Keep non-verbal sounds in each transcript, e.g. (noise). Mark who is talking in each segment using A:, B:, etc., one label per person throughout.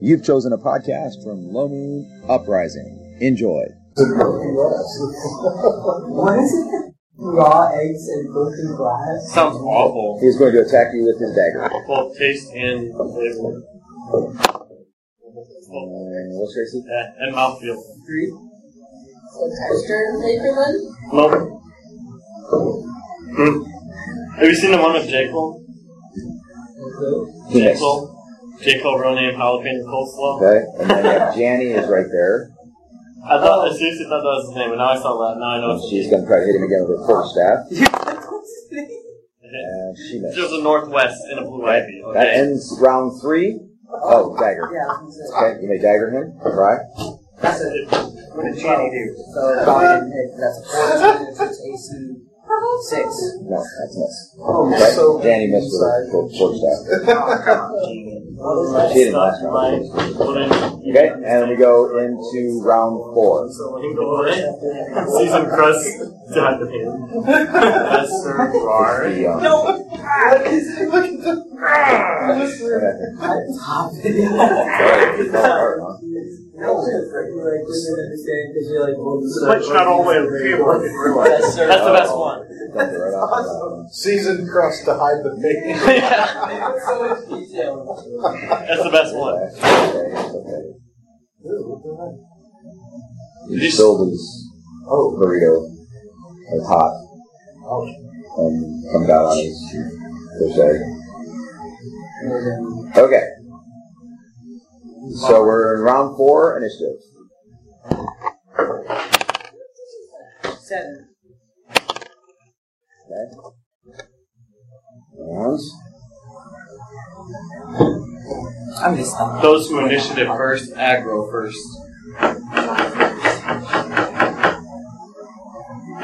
A: You've chosen a podcast from Lomu Uprising. Enjoy.
B: What is it? Raw eggs and broken glass?
C: Sounds awful.
A: He's going to attack you with his dagger.
C: Both Um, taste and flavor. Both-
A: And what's Tracy?
C: eh, And mouthfeel.
B: Three?
D: So texture and flavor then?
C: Nope. Hmm. Have you seen the one with Jekyll?
A: Yes.
C: Jekyll. Jekyll, real name jalapeno coleslaw.
A: Okay. And then yeah, Janny is right there.
C: I thought I seriously thought that was his name, and now I saw that. Now I know it's
A: She's going to try to hit him again with her first staff. And she
C: It's
A: missed.
C: just a northwest in a blue ivy.
A: That
C: Okay.
A: ends round three. Oh, dagger.
B: Yeah, that's it.
A: Okay, you may dagger him. Right.
B: That's it.
C: What did Johnny do?
B: So, Brian, hit- that's a 14, it's just AC 6.
A: No, that's miss.
B: Oh,
A: Okay. Janny missed with her fir- first staff. She didn't last round. Okay, and then we go into round four.
C: Season crust died the pan. Professor Rar.
A: The, um,
B: What is it? Look at
A: okay.
B: the top. No,
A: Sorry, it's not hard, huh?
B: you're like, didn't understand because you're like, well, this is
C: Switched out all the way to the table, I didn't realize.
B: That's
C: (laughs) That's the best one.
A: (laughs) Dump it right off the bottom.
E: Seasoned crust to hide the face.
C: That's
B: so much detail.
C: the best one.
A: Okay, okay. He
C: Did you-
A: spilled his
E: Oh.
A: burrito was hot
E: Oh.
A: and comes out on his first egg. Okay. So we're in round four initiative.
B: Seven.
A: Okay. And
B: I'm just stumped.
C: Those who initiative first, aggro first.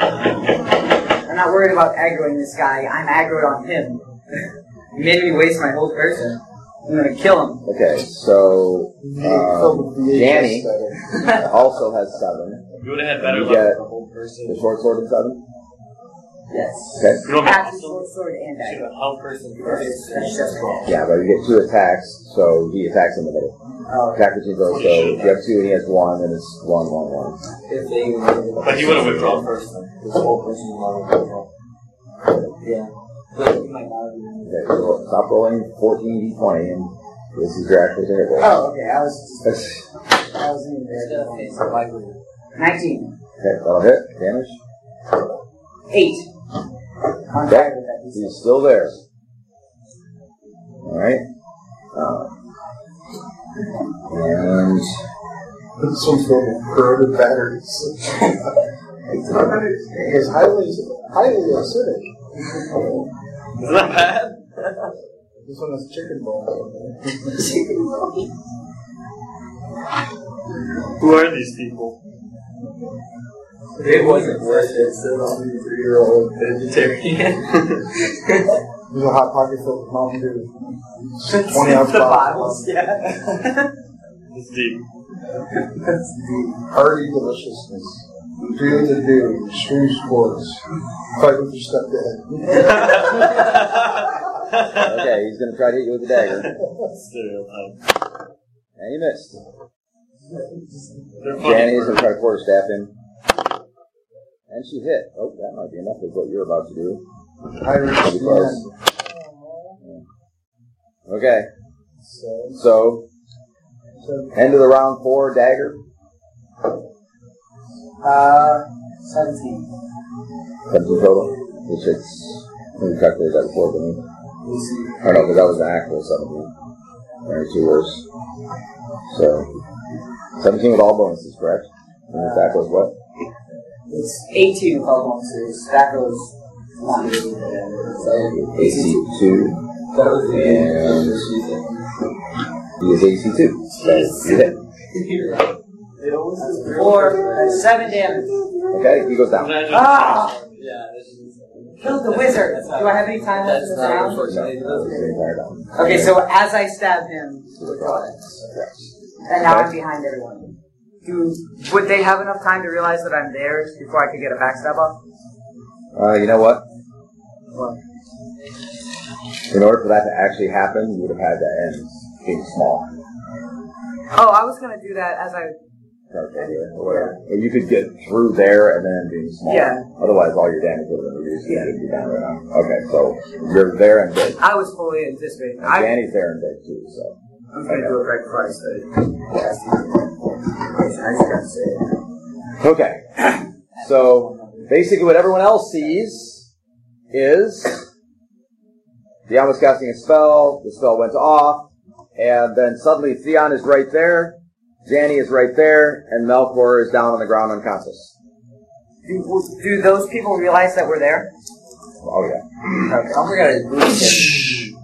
B: I'm not worried about aggroing this guy. I'm aggroed on him. (laughs) he made me waste my whole person. I'm gonna kill him.
A: okay, so
B: Uh,
A: um, Danny also has seven.
C: You would have had better
A: You
C: luck
A: get-
C: with the whole person.
A: The short sword and seven.
B: Yes.
A: Okay.
C: You know what
B: Axe,
C: awesome?
B: sword, sword, and
C: You should
B: dagger.
C: have helped person
B: That's
C: first.
B: that's just wrong.
A: Yeah, but you get two attacks, so he attacks in the middle.
B: Oh,
A: Attack between those, so you have two and he has one, and it's one, one, one.
B: if they were-
C: But you would have withdrawn first.
E: This whole person
B: Yeah. But he might not have-
A: Okay, so roll- stop rolling 14 d20, and this is your actual hit roll.
B: Oh, okay. I was
A: That's-
B: just, I was in there. Nineteen.
A: Okay, that'll hit. Damage.
B: Eight. On dagger that he
A: He's still there. Alright. Uh, and
E: This one's full of corroded batteries. It's highly, highly acidic.
C: Isn't that bad?
E: This one has chicken bones. in
C: Who are these people?
B: It wasn't worth it, so
E: it. Three-year-old.
C: (laughs)
B: vegetarian.
E: There's a hot pocket filled with Mountain Dew.
B: Twenty
E: ounce
B: the bottles,
E: bottles.
B: yeah.
C: This deep.
E: That's the hearty deliciousness. Dreams to do, extreme sports. Fight with your stepdad.
A: okay, he's gonna try to hit you with a dagger.
C: Stereotype.
A: And he missed.
C: They're funny.
A: Danny's gonna try to quarterstaff him. And she hit. Oh, that might be enough of what you're about to do. That'll be
E: Irish
A: close.
E: man.
A: Okay,
E: So,
A: so
E: so,
A: end of the round four, dagger.
B: Uh, seventeen.
A: Comes in total. Which it's we calculated that before, didn't we? I know, but Oh, that was an actual 17. There are two worse. So, 17 with all bonuses, correct? And if that was what?
B: It's 18 with all monsters. That goes one. So,
A: AC2. And he is AC2. So, you hit.
B: Four, uh, seven damage.
A: Okay, he goes down.
C: Imagine-
B: Ah!
F: Yeah, this is.
B: Killed the wizard. Do I have any time left
F: That's
B: in this
F: not
B: round?
F: unfortunately.
A: No, he's the entire down.
B: Okay, so as I stab him,
A: Correct.
B: and now I'm behind everyone. Do, would they have enough time to realize that I'm there before I could get a backstab off?
A: Uh, you know what?
B: What?
A: In order for that to actually happen, you would have had to end being small.
B: Oh, I was gonna do that as I.
A: Okay, yeah, or whatever. If you could get through there and then being small.
B: Yeah.
A: Otherwise, all your damage would have been reduced. Yeah. You'd be down right now. Okay, so you're there and big.
B: I was fully anticipating.
A: And
B: I,
A: Danny's there and big too, so.
F: I'm gonna do it right before I start. I just gotta say it.
A: Okay. So basically, what everyone else sees is Theon was casting a spell. The spell went off, and then suddenly Theon is right there, Danny is right there, and Melkor is down on the ground unconscious.
B: do, do those people realize that we're there? (laughs)
A: Oh yeah.
F: Okay, I'm gonna move him.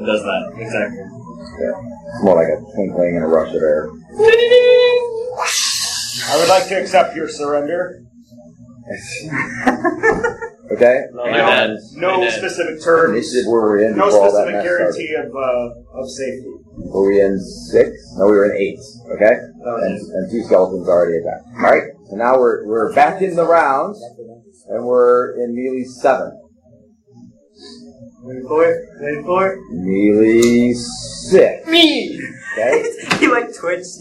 C: It does that, exactly.
A: It's more like a twinkling and a rush of air.
G: (laughs) I would like to accept your surrender.
A: (laughs) Okay.
C: No,
A: And
C: I did.
G: No
C: I did.
G: specific
A: This
G: terms.
A: is where we're in
G: No
A: before all that
G: specific
A: mess started.
G: guarantee of uh, of safety.
A: Were we in six? No, we were in eight. Okay.
C: That was
A: and,
C: it.
A: and two skeletons already attacked. All right, so now we're we're back in the round, and we're in melee seven,
C: Wait for it, wait for it.
A: melee six.
B: Me.
A: Okay,
B: he like twitched.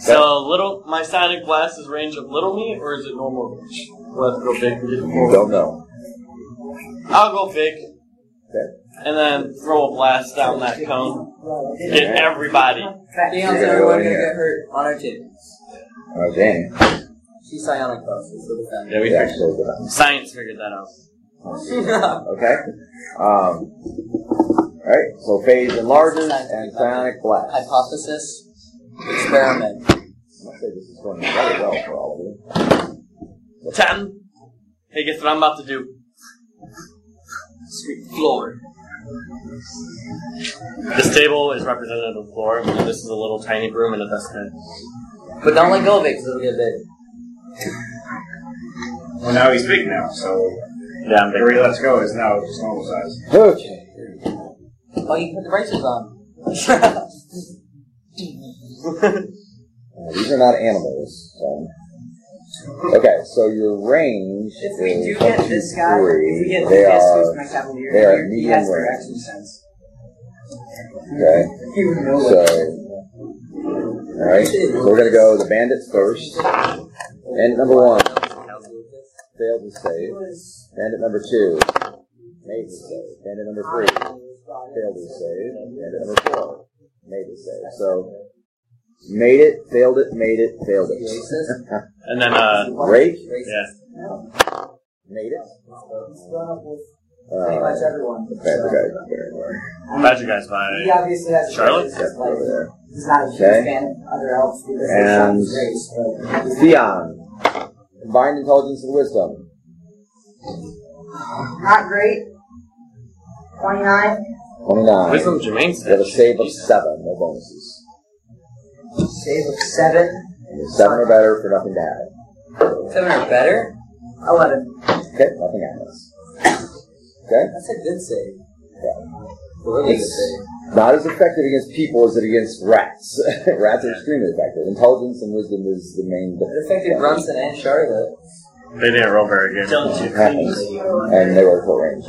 C: So little, my sonic blast is range of little me, or is it normal range? Let's go big and get the
A: you
C: full-
A: don't know.
C: I'll go big.
A: Okay.
C: And then throw a blast down that cone. Get everybody.
F: Dion's the only one gonna get hurt on our team.
A: Oh, dang.
F: She's psionic bosses, so defend.
C: Oh, Yeah, we
A: Yeah,
C: figured.
A: actually, good.
C: Science figured that out.
A: Okay. Um. All right. So phase enlarges and psionic blast.
F: Hypothesis, experiment.
A: I say this is going very well for all of you.
C: Ten. Hey, guess what I'm about to do? Sweet floor. This table is representative of floor. and This is a little tiny room and a dustbin.
F: But don't let go of it because it'll get big.
G: Well, now he's big now, so
C: Yeah, I'm
G: where he
C: big.
G: lets go is now just normal size.
A: Okay.
F: Oh, you put the braces on. (laughs)
A: Uh, these are not animals. So. Okay, so your range.
B: If we
A: is
B: do
A: one,
B: get
A: two,
B: this guy, if we get
A: three. They
B: this,
A: are
B: who's my cavalier,
A: they are
B: here, he
A: medium
B: has
A: rare.
B: direction sense.
A: Okay,
B: He would know
A: so. Alright, so we're gonna go the bandits first. Bandit number one failed to save. Bandit number two made the save. Bandit number three failed to save. Bandit number four made the save. So, made it, failed it, made it, failed it.
C: And then, uh,
A: Rake
C: yeah.
A: made it.
F: Pretty much
A: Uh,
F: everyone.
A: the bad guy, very well.
C: Magic guys by
F: He obviously has a
C: Charlotte?
F: prejudice,
A: Yep, over there.
F: Like, he's not a huge
A: Okay.
F: fan of other elves because
A: And-
F: they grace, but
A: Theon, combined intelligence and wisdom.
B: Not great. 29.
A: 29.
C: Wisdom Jermaine
A: You have a
C: said.
A: save of seven, no bonuses.
F: save of seven.
A: Seven or better for nothing to happen.
F: Seven or better?
B: 11.
A: Okay, nothing happens. Okay?
F: That's a good save.
A: Yeah.
F: Really good
A: It's-
F: save.
A: Not as effective against people as it against rats. (laughs) rats are extremely effective. Intelligence and wisdom is the main
F: It affected Brunson and Charlotte.
C: They didn't roll very good.
A: happens. And they were full range.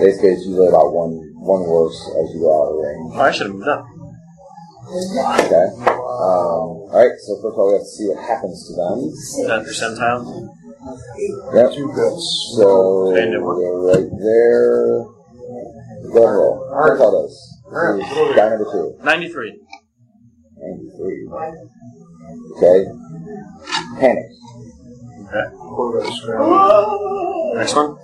A: Basically, it's usually about one one worse as you go out of range.
C: Oh, I should have moved up.
A: Okay? Um, Alright, so first of all, we have to see what happens to them.
C: Is that percentile?
A: Yep.
E: Two bits.
A: So
C: They did one.
A: we're right there. Go ahead, roll. That's all those. This is Guy number two.
C: 93.
A: And three. Okay. Panic.
C: Next one?
A: So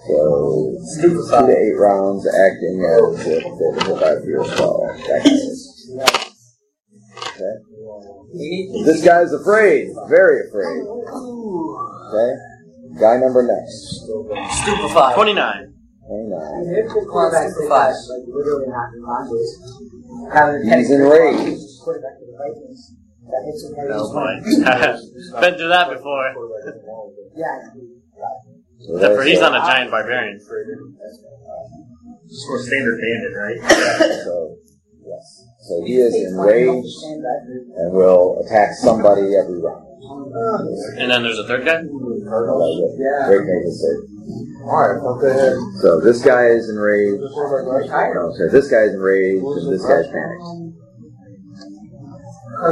A: two to eight rounds acting as if they were about to be assaulted. That guy is. Okay. This guy is afraid. Very afraid. Okay. Guy number next.
F: Stupefied.
C: 29.
A: Twenty-nine.
F: Quarterback stupefied.
A: He's enraged.
C: Oh boy. (laughs) Been through that before.
A: So
C: Except for
A: there's
C: he's
A: that.
C: not a giant barbarian.
G: Just a standard bandit, right?
A: So, yes. So he is enraged and will attack somebody every round.
C: And then there's a third guy?
A: Great made the save.
E: Why? I thought they had.
A: So this guy is enraged.
E: Just one of my guys.
A: No, so this guy's enraged and this guy's panicked.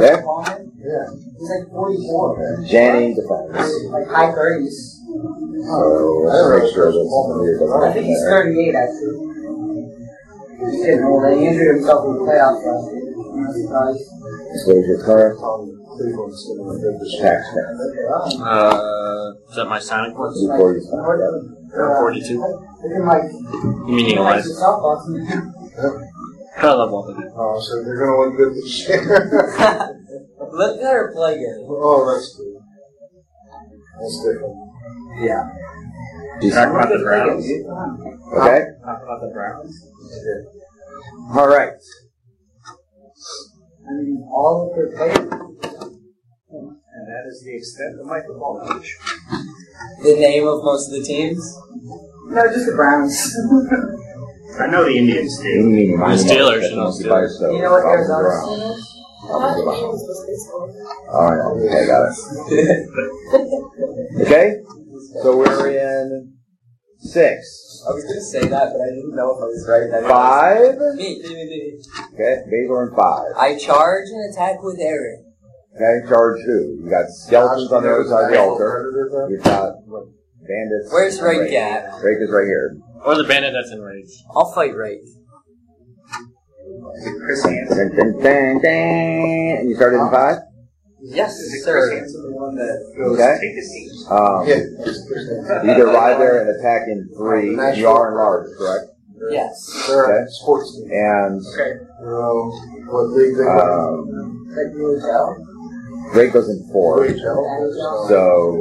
A: Yeah.
E: Yeah.
B: He's like 44, man.
A: Janny defends.
B: Like high 30s.
A: So let's make sure that's
B: I think he's 38, actually. He's getting old. He injured himself in the playoffs last year. uh, I'm not surprised.
A: Disclose your current
E: Cleveland's gonna be good this year.
A: attack stat.
C: Uh, is that my sonic one?
A: You forty is fine, yeah.
C: Or 42?
B: Look at Mike.
C: Meaning
B: Mike's a
C: alive.
B: softball team.
C: I love all of it.
E: Oh, so they're gonna win good this year. (laughs)
F: Let her play good.
E: oh, that's good. That's different.
G: Talk about the Browns.
A: Okay.
G: Talk about the Browns.
A: All right.
B: I mean, all of their players.
G: And that is the extent of my football knowledge.
F: The name of most of the teams.
B: No, just the Browns.
G: I know the Indians
A: You
G: do.
A: don't even mind
C: The
A: about
C: Steelers,
A: that.
C: you know,
A: Don't buy
C: Steelers.
A: yourself
B: You know what
A: problems
B: Arizona
A: around.
D: How many games was this one?
A: All right. Okay, I got
G: (laughs)
A: it. Okay. So we're in six,
F: I was gonna say that, but I didn't know if I was right. Then
A: five.
F: Me, me, me, me.
A: Okay, Basil and five.
F: I charge and attack with Aaron.
A: Okay, charge who? You got skeletons on the other side of the altar. You've got bandits.
F: Where's
A: and
F: Rake
A: Rake.
F: at?
A: Rake is right here.
C: Or the bandit that's enraged.
F: I'll fight Rake.
G: Is it Chris Hansen?
A: Dun, dun, dun, dun. And you started in five?
F: Yes,
G: Is it Chris
F: sir.
G: Hansen the one that goes,
A: Okay.
G: take this team?
A: Um,
E: Yeah.
A: You can arrive there and attack in three. You are enlarged, correct?
F: Yes.
E: They're a sports team.
A: And
E: Well, what league they play?
A: um,
B: Like you would tell.
A: Rake goes in four.
E: NHL.
A: So,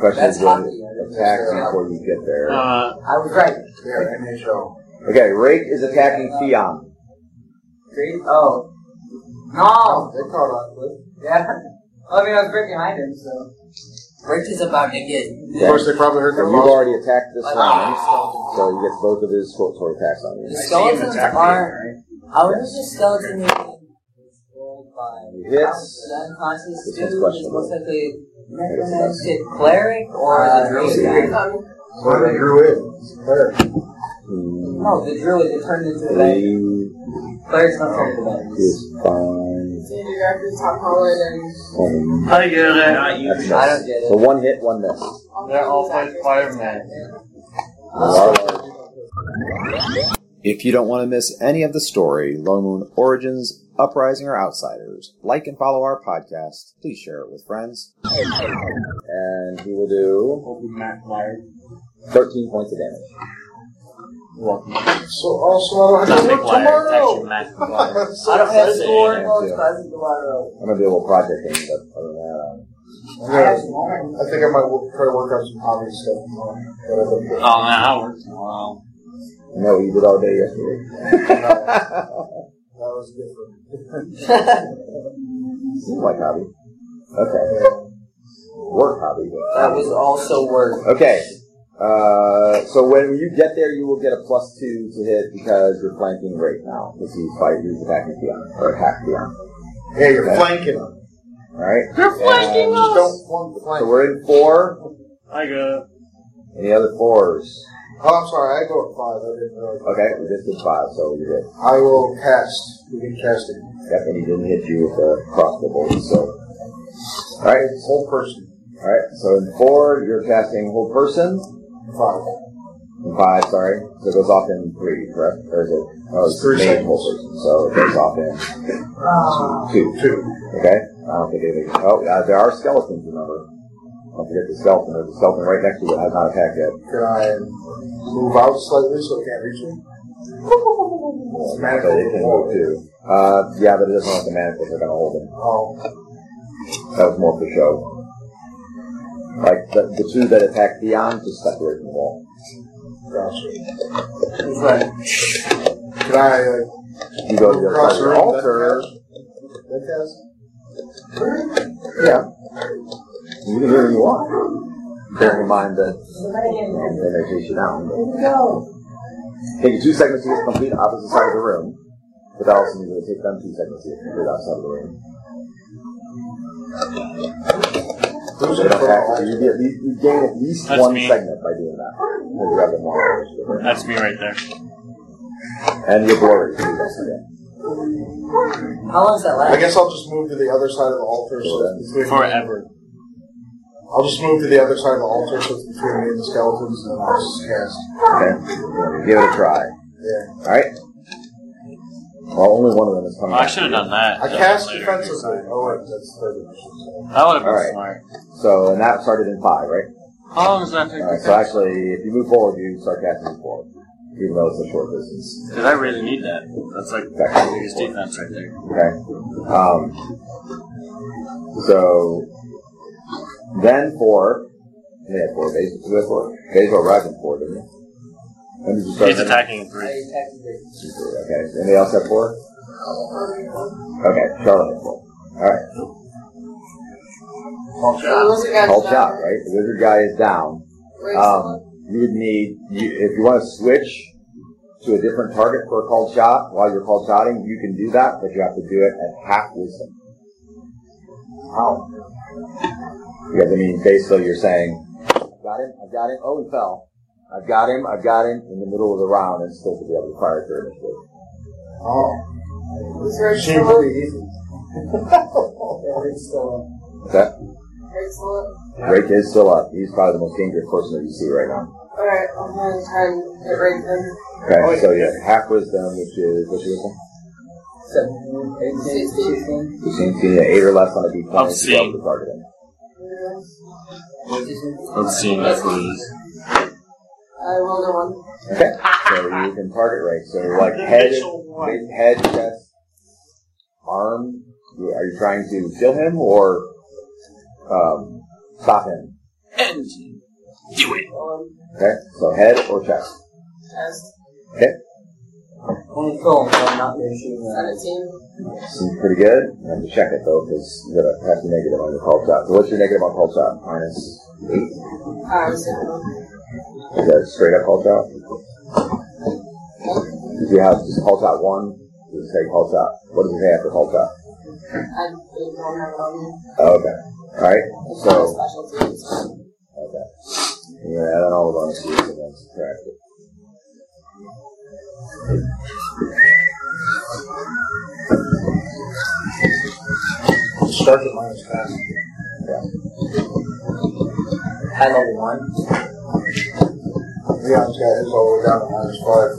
A: question
F: That's
A: is, will it
F: hockey.
A: attack before you get there?
C: Uh,
B: I was right.
E: Yeah, NHL.
A: Okay, Rake is attacking Theon.
B: Three? Oh. No!
E: They caught on with.
F: (laughs)
B: Yeah. Well, I mean, I was right behind him, so.
F: Rake is about to get.
E: Of course, they probably heard
A: So
E: their
A: you've
E: loss.
A: already attacked this round, so he gets both of his short sword attacks on
F: The
A: you.
G: I see him
F: skeletons
G: attack me,
F: are.
G: alright?
F: How does the skeleton mean? It's rolled by.
A: You hit.
F: The unconscious
A: This
F: dude
A: one's
F: is
A: questionable.
F: most likely necromantic cleric or
B: Uh,
F: the druid
A: yeah.
F: guy.
D: Um,
E: Where they grew in. It's fair.
A: Two,
F: No, the druid that turned into the bank.
A: three,
F: Cleric's not turned into the
A: is five,
D: Xander Garfield, Tom Holland, and
A: ten.
C: I get it.
G: Not
A: That's
G: you.
A: miss.
F: I don't get it.
A: So one hit, one miss.
D: all
H: They're all
D: these
H: played
D: actors.
H: Spider-Man.
I: If you don't want to miss any of the story, Lone Moon Origins, Uprising, or Outsiders, like and follow our podcast. Please share it with friends.
A: And he will do
G: Hope we not fired.
A: 13 points of damage.
E: So also, I
C: Not
E: don't
C: Mac
E: have
C: Wire, it's actually Mac
E: tomorrow.
C: Wire.
F: I don't have
C: Thursday,
F: score
A: yeah.
F: notes, but I think the
A: I'm
F: Lyra-
A: going to do a little project thing, but other than that, um,
E: I gotta- (laughs) I think I might wo- try to work out some hobby stuff tomorrow.
A: Uh,
C: Oh,
E: Whatever.
C: man, I worked tomorrow.
A: no, you did all day yesterday.
F: (laughs)
E: That was different.
A: Seems like hobby. Okay. Work hobby.
F: That was also work.
A: Okay. Uh, so when you get there, you will get a plus two to hit because you're flanking right now. Because he's fighting, he's attacking Theon, or attack Theon.
E: Yeah, you're
A: Okay.
E: flanking them.
A: Alright?
E: You're flanking us. Just don't flank-
A: So
E: flank.
A: we're in four.
G: I go.
A: Any other fours?
E: Oh, I'm sorry. I go at five. I didn't realize.
A: Okay, we just did five, so you're good.
E: I will cast. You can cast it.
A: Yep, and he didn't hit you with the crossbow bolt, so. Alright,
E: Whole person.
A: alright, so in four, you're casting whole person.
E: Five.
A: In five, sorry. So it goes off in three, correct? Or is it? Oh, it's
E: It's three
A: main
E: seconds.
A: whole person, so it goes off in
F: Um,
B: Ah.
A: two.
E: Two.
A: Okay? I don't think anything. Oh, uh, there are skeletons, remember. Don't forget the skeleton. There's a skeleton right next to you that has not attacked yet.
E: Can I move out slightly so it can't reach me? It's a
A: So
E: manacle
A: it
E: to the
A: can
E: wall.
A: move too. Uh, yeah, but it doesn't have the manacles. They're going to hold him.
E: Oh,
A: That was more for show. Like, the, the two that attacked Theon just stuck away from the wall.
E: gotcha. Can I uh,
A: You go to the other side
E: Cross
A: of the
E: room,
A: altar.
E: that cast?
A: Yeah. You can do whatever you want. Bearing in mind that you know, they may chase you down. but- Take you two segments to get the complete opposite side of the room. But that also means it would take them two segments to get the complete opposite side of the room.
E: Who's
A: So
E: in
A: they don't
E: front
A: have
E: of
A: to.
E: the
A: You, get, you, you gain at least
C: That's
A: one
C: me.
A: segment by doing that. the dragon warriors.
C: That's me right there.
A: And your glory. too, don't forget.
F: How long does that
E: I
F: last?
E: guess I'll just move to the other side of the altar. So it's between
C: Forever.
E: I'll just move to the other side of the altar so it's between me and the skeletons, and I'll just cast.
A: Okay. Give it a try. All
E: Yeah.
A: right. Well, only one of them is coming.
C: Oh,
A: after
C: I should have
A: you.
C: done that.
E: I cast
C: Later.
E: defensively. Oh, wait, that's third edition.
C: That would have been
A: Alright.
C: smart.
A: So, and that started in five, right?
C: How long does that take?
A: All
C: to
A: right. So
C: cast?
A: actually, if you move forward, you start casting it forward, even though it's a short distance.
C: Because I really need that. That's like the biggest defense right there.
A: Okay. Um, so then four, they had four bases. They had four. Basil arrived in four, didn't he? When did you start?
C: He's attacking in three.
A: Okay. Anybody else have four? Okay. Charlie had four. All right.
D: So those are guys
A: Call
D: that-
A: shot, right? The wizard guy is down.
D: Where's
A: Um, you would need you, if you want to switch to a different target for a called shot while you're called shotting, you can do that, but you have to do it at half wisdom. How? Because I mean, basically, you're saying, "I've got him, I've got him." Oh, he fell. I've got him, I've got him. In the middle of the round, and still to be able to fire through initiative.
E: Oh.
D: Is there
E: Seems pretty easy.
A: That
D: Excellent.
A: Drake is still up. He's probably the most dangerous person that you see right now.
D: Alright, I'm gonna try and hit right then.
A: Okay, so Oh, yeah, half wisdom, which is what's your wisdom?
F: 17, 18, 16.
A: You seem to be an eight or less on a D20 to be able
C: I'm seeing.
A: to target him.
C: Let's see. That's what it is.
D: I rolled a one.
A: Okay. so you can target right. So
C: (laughs)
A: like head, head, chest, arm. Are you trying to kill him or um, stop him?
C: And do it.
D: Um,
A: Okay. So head or chest.
D: test.
F: Only kill him, so I'm not really shooting at it.
D: 17.
A: Seems pretty good. I have to check it though because you're gonna have to negative on your call shot. So what's your negative on call shot? Minus eight.
D: Um, so,
A: Is that a straight up call shot? If you have just call shot one, does it say call shot? What does it say after call shot?
D: I don't have it on me.
A: Oh, Okay. All right.
D: It's not a
A: So
D: specialty. so-
A: Okay. Yeah, I don't know what I'm doing, so that's attractive.
E: Starts at minus ten.
F: High level 1.
E: Yeah, it's got his all the way down to minus five.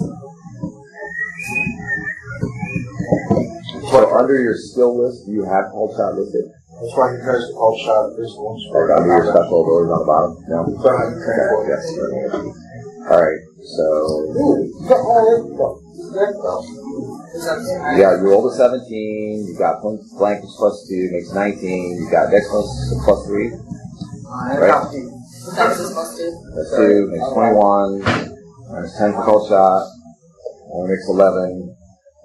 A: So under your skill list, do you have call shot listed?
E: That's why he tries to call shot at this one.
A: Like under your special abilities on the bottom? No?
E: But I can
A: Okay,
E: go
A: yes. Alright, so,
D: Is that
A: yeah, you rolled a seventeen, you got blank, blank is plus two, makes nineteen, you got dex plus, plus three,
F: I
A: Right.
F: got you.
D: That's just plus two.
A: plus two, makes twenty-one, minus ten for call shot, only makes eleven,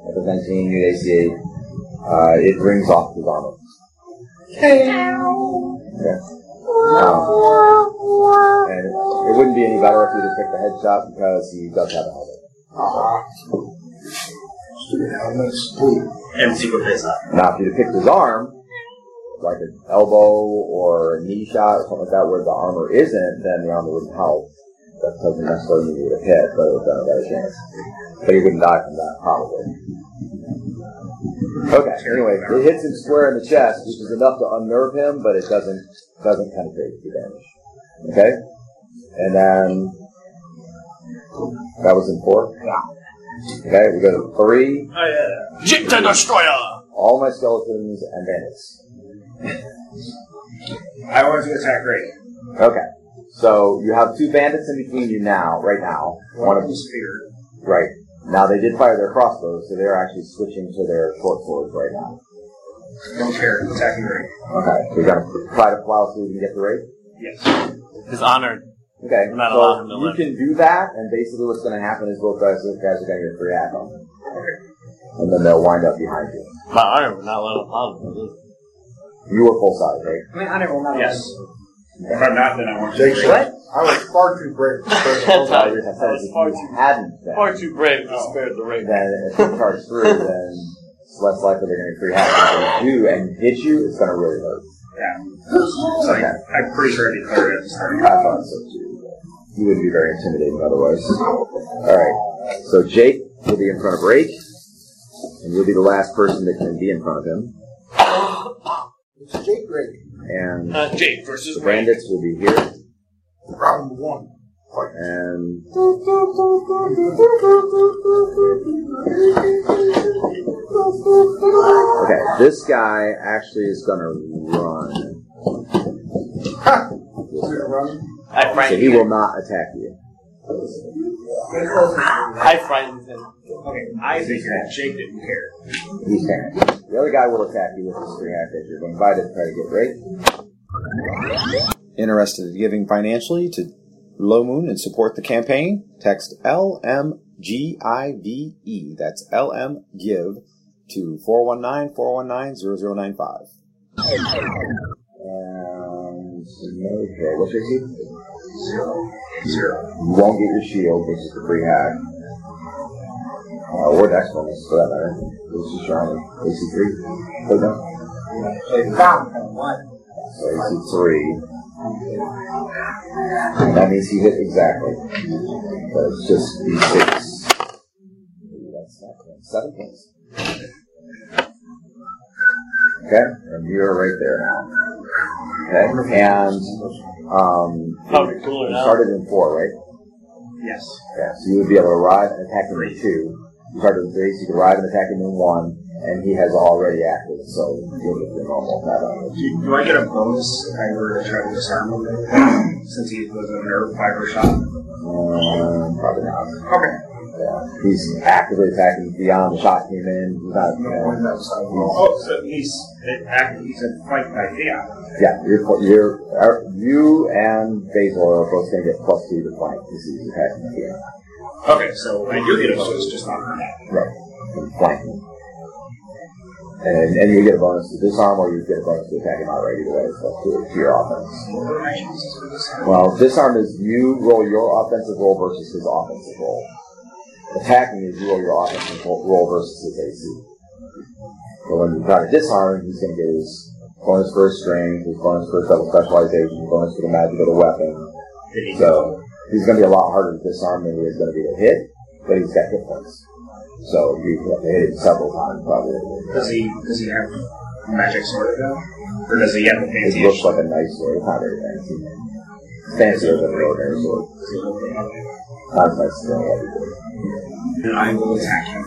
A: That was nineteen, you get eighty-eight. Uh, it rings off the bottom. Um, and it wouldn't be any better if you just picked the headshot because he does have a helmet.
G: And see what they say.
A: Now, if you picked his arm, like an elbow or a knee shot or something like that, where the armor isn't, then the armor wouldn't help. That doesn't necessarily mean you would have hit, but it would have been a better chance. But he wouldn't die from that, probably. Okay. Anyway, it hits him square in the chest, which is enough to unnerve him, but it doesn't doesn't penetrate the damage. Okay. And then that was in four. Okay, we go to three.
G: Oh,
C: Jipta Destroyer!
A: All my skeletons and bandits.
G: yeah. I want to attack Ray.
A: Okay. So you have two bandits in between you now, right now. One of them,
G: spear.
A: right. Now they did fire their crossbows, so they're actually switching to their short swords right now.
G: Don't care. Attacking Ray.
A: Okay. So you're gonna try to plow through and get the raid.
G: Yes.
C: His honor.
A: Okay.
C: Not allow
A: so
C: him to
A: you
C: live.
A: can do that, and basically what's gonna happen is both guys, those guys are gonna get free attack on them. and then they'll wind up behind you.
C: My honor would not let him on.
A: You were full size,
C: (laughs)
A: right?
B: I mean, I never will
G: Yes. If I'm not, then I want to.
E: Jason.
B: What?
E: I was far too brave. to start the whole
A: (laughs)
C: That's how-
E: time.
A: I just
C: that
A: said
C: was
A: if
C: far
A: you
C: too-
A: hadn't been-
C: Far too brave to
G: Oh.
C: spare the ring.
A: then if you charge through, then it's less likely they're going to free hack. If they do and hit you, it's going to really hurt.
G: Yeah. It's like, I'm pretty sure I declared it at the start.
A: That's what I said to you. You wouldn't be very intimidating otherwise. Alright, so Jake will be in front of Rake, and you'll be the last person that can be in front of him.
E: It's Jake Drake.
A: And
C: Uh, Jake
A: the
C: versus Randy.
A: bandits will be here,
E: Round one.
A: and Okay, this guy actually is gonna run.
C: I
A: So
C: frightened
A: he
C: him.
A: will not attack you.
C: I frightened him.
G: Okay, I think that Jake didn't care.
A: He's gonna. The other guy will attack you with his three half hit. You're invited to try to get right.
I: Interested in giving financially to Low Moon and support the campaign? Text LMGIVE, E. that's LM Give, to 419 419 0095.
A: And no hit. What's your AC? Zero. You won't get your shield, which is the free hack. Uh, or dex bonus for that matter. This is your AC three. Hold on. So AC three. That means he hit exactly. So it's just D six. That's not good. Seven points. Okay, and you're right there now. Okay, and um,
C: Probably cooler
A: you
C: now.
A: started in four, right?
G: Yes.
A: Yeah, so you would be able to arrive and attack him in two. You started in three, so you could arrive and attack him in one, and he has already acted, so you'll get your normal meta.
G: Do, do I get a bonus if I were to try to disarm him since he was a nerve fiber shot?
A: Um, probably not.
G: Okay.
A: Yeah. He's actively attacking beyond the shot came in. He's not, you
E: No
A: know,
E: one knows how long.
G: Oh, so he's acting. He's a fight by fear.
A: yeah, you're, pl- you're, er, you and Basil are both going to get plus two to fight because he's attacking here.
G: Okay, so I do get a bonus, just not on that.
A: Right. And flanking. And, and you get a bonus to disarm or you get a bonus to attack him outright either way. It's up to, to your offense.
G: What are my chances for this?
A: Well, disarm is you roll your offensive roll versus his offensive roll. Attacking is you roll your offensive ro- roll versus his AC. So when you try to disarm, he's going to get his bonus for his strength, his bonus for his double specialization, bonus for the magic of the weapon.
G: Did he-
A: So he's going to be a lot harder to disarm than he is going to be to hit, but he's got hit points. So you have to hit him several times probably.
G: Does he does he have a magic sword though? Or does he have a
A: It
G: fancy
A: looks like a nice sword, it's not very fancy. Fancier than an ordinary sword. Not as nice as any other sword.
G: Then I will attack him.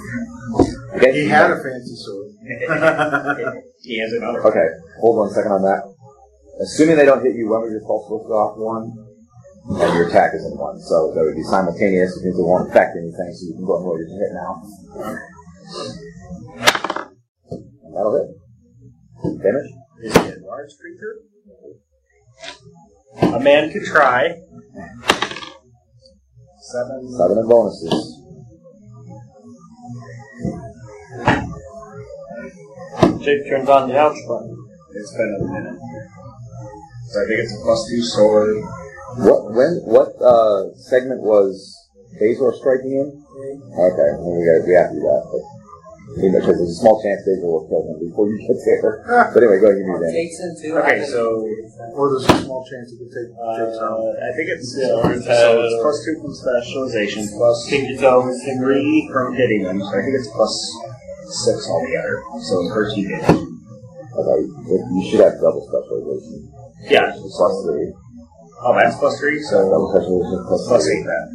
A: Okay?
E: He had a fancy sword.
G: he has another
A: Okay, hold one second on that. Assuming they don't hit you, when would your pulse look off one? And your attack is in one, so that would be simultaneous, which means it won't affect anything, so you can go and roll your hit now. And that'll hit. Damage?
G: Is he a large creature? A man could try.
E: Seven.
A: Seven and bonuses.
C: Jake turns on the ouch button.
G: It's been a minute. So I think it's a plus two sword.
A: What, when, what, uh, segment was Basil striking in? Okay, well, we gotta, we have to do that, but, you know, because there's a small chance Basil will kill him before you get there. (laughs) But anyway, go ahead and give me that.
F: Jake's in two.
G: Okay, so
E: Or there's a small chance he could take
G: uh,
E: Jake's out.
G: I think it's
C: Yeah,
G: so
C: it's,
G: it's
C: uh,
G: plus two from specialization, plus
C: Pinky toe, finger.
G: three from hitting him. So I think it's plus six altogether. So thirteen damage.
A: Okay, you should have double specialization.
G: Yeah.
A: plus three.
G: Oh, that's plus three. So
A: Double specialization plus,
G: plus
A: three.
G: eight. That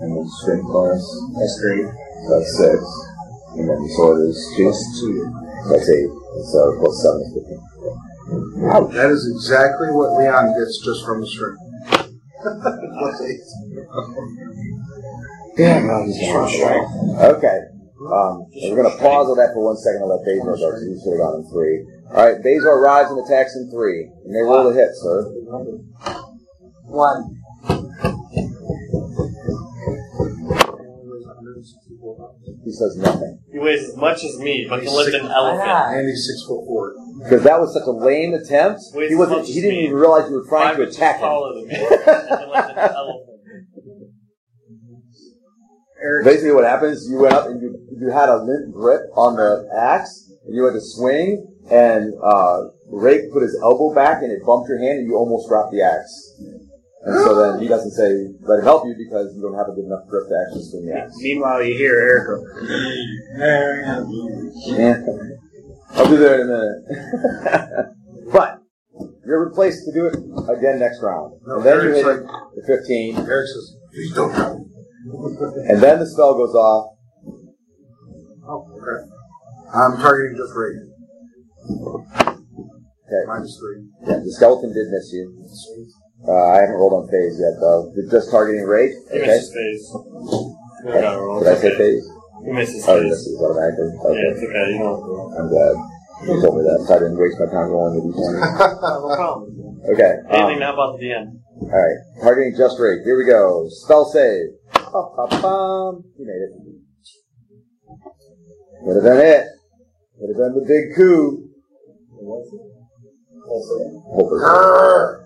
A: And then strength bonus,
G: plus three.
A: so that's six. And then the sword is two.
G: Plus two.
A: So That's uh, eight. And So plus seven is fifteen.
E: That is exactly what Leon gets just from the string. Plus eight.
A: Yeah, no, he's gonna Okay. Um, we're going to pause on that for one second and let Bezor go, because he should have gone in three. Alright, Bezor arrives and attacks in three. And they roll a hit, sir.
F: One.
A: He says nothing.
C: He weighs as much as me, but can lift an elephant.
E: And he's six foot four.
A: Because that was such a lame attempt. He, wasn't, he didn't even realize you were trying
C: Five
A: to
C: inches
A: attack him.
C: taller than me. (laughs) and can lift an elephant.
A: Basically, what happens, you went up and you, you had a limp grip on the axe, and you had to swing, and uh, Rake put his elbow back, and it bumped your hand, and you almost dropped the axe. And so then he doesn't say, let him help you because you don't have a good enough grip to actually swing the axe.
G: Meanwhile, you hear Eric (laughs) go,
A: Yeah. I'll be there in a minute. (laughs) but you're replaced to do it again next round.
E: No,
A: and then you
E: Eric's
A: hit
E: like-
A: the 15,
E: Eric says, please don't help.
A: and then the spell goes off.
E: Oh, Okay. I'm targeting just Reagan.
A: Okay.
E: Minus three. (laughs)
A: Yeah, the skeleton did miss you. Uh, I haven't rolled on phase yet, though. You're just targeting rage?
C: He
A: Okay.
C: misses phase. You
A: Okay.
C: gotta roll.
A: Did I say
C: Okay.
A: phase?
C: He misses
A: Oh, this
C: phase.
A: is automatically.
C: Yeah,
A: Okay.
C: it's okay. You don't have to roll.
A: I'm glad. You told me that, so I didn't waste my time rolling the d20.
C: No problem.
A: Okay.
C: (laughs) Anything
A: um,
C: now about the DM.
A: All right, targeting just rate. Here we go. Spell save. Ba-ba-bum. You made it. Would have been it. Would have been the big coup. Hopefully.
E: Grrr.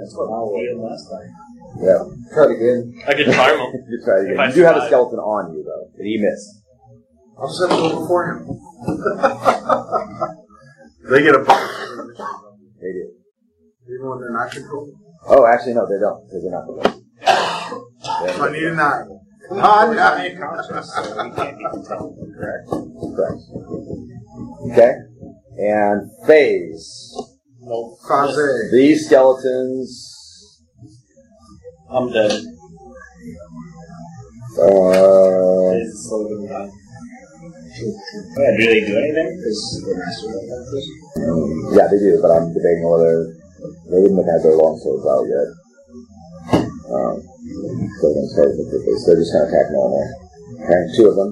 G: that's what I did last time.
A: Yeah.
E: Try it again.
C: I could
A: (laughs)
C: charm him.
A: You try it
C: If I
A: again. You do have a
C: survive.
A: skeleton on you though. that He missed.
E: I'll set it over for him. (laughs) they get a bonus.
A: They did.
E: Even when they're not controlled.
A: Oh, actually no, they don't because they're not the
E: So I need a nine. Not nine.
G: Conscious, so we can't even tell them, correct?
A: Correct. Okay. And phase.
E: Faze.
A: These skeletons
C: I'm dead.
A: uh,
C: Phase is slow to die.
G: Yeah, do they do anything? Because the master of that person.
A: Mm, Yeah, they do, but I'm debating whether they wouldn't have had their long swords out yet. Um, so I'm gonna start with the face. They're just gonna attack normal. Okay, two of them.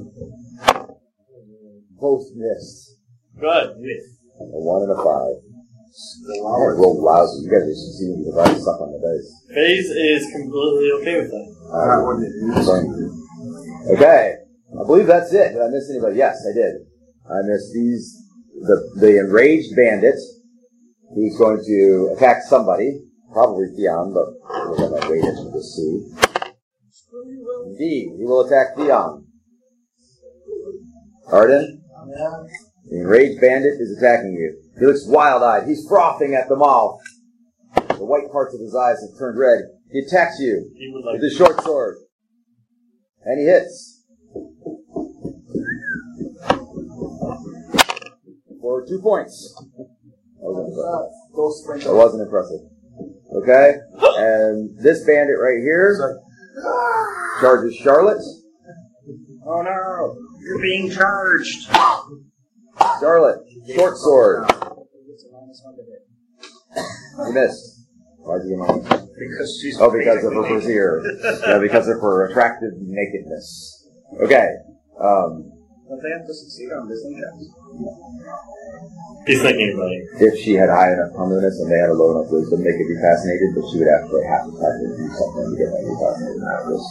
A: Both missed.
C: Good.
A: A one and a five. I rolled lousy. You guys are succeeding because I suck on the dice.
C: Phase is completely okay with that.
E: Not what they do.
A: Um, okay, I believe that's it. Did I miss anybody? Yes, I did. I missed these the the enraged bandit who's going to attack somebody, probably Theon, but we're going to wait and just see. Indeed, he will attack Theon. Arden, the enraged bandit is attacking you. He looks wild-eyed. He's frothing at the mouth. The white parts of his eyes have turned red. He attacks you
C: He would like.
A: with his short sword. And he hits. For two points. That wasn't impressive. That wasn't impressive. Okay? And this bandit right
E: It's
A: here
E: like,
A: charges Charlotte.
G: Oh no! You're being charged!
A: Charlotte, short sword. You missed. Why'd you get my-
G: Because she's
A: Oh, because of her
G: basically-
A: brassiere. Yeah, because of her attractive nakedness. Okay. Um,
G: Don't they have to succeed on wisdom checks?
C: He's thinking about it.
A: if she had high enough humbleness and they had a low enough wisdom, they could be fascinated, but she would have to like, half the time to do something to get them to be fascinated. That was,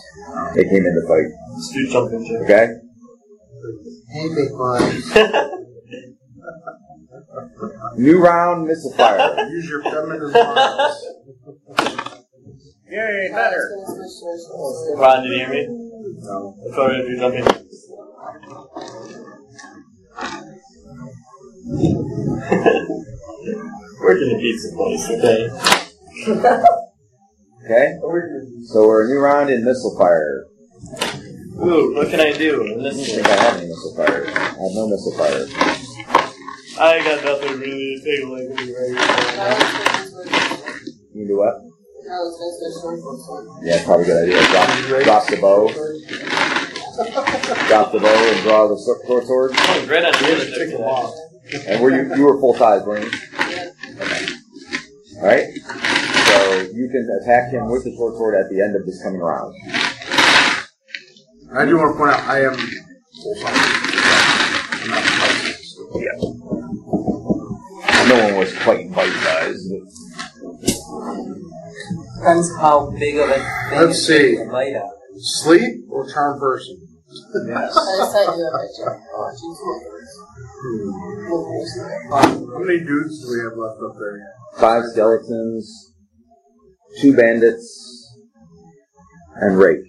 A: they came in to fight.
C: Just do something to it.
A: Okay?
E: hey, big boy.
A: New round, missile fire.
E: Use your feminine minds.
G: Yay,
D: I
G: better!
D: was gonna switch to sword.
C: Ron, did you hear me? No. That's what I do (laughs) something. We're in a pizza place, okay?
A: Okay? So we're a new round in missile fire.
C: Ooh, what can I do in
A: I don't
C: this
A: think
C: one?
A: I have any missile fire. I have no missile fire.
C: I got nothing really to take away from you right
D: I
C: now.
D: was gonna switch to sword.
A: You can do what?
D: I was gonna switch to sword.
A: Yeah, probably a good idea. Drop, drop the bow. Drop the bow and draw the so- short sword.
C: Oh, great idea to
E: Take
C: take
E: them
C: away.
E: off.
A: And were you you were full size, weren't you? All right. So you can attack him with the short sword at the end of this coming round.
E: I do want to point out, I am full
A: No one was quite bite sized.
F: Depends how big of a thing
E: Let's
F: it's
E: see.
F: a bite out.
E: Sleep or charm person?
D: I just sent you a picture.
B: oh,
E: Hmm.
D: She's cool.
E: How many dudes do we have left up there?
A: Five skeletons, two bandits, and Rape.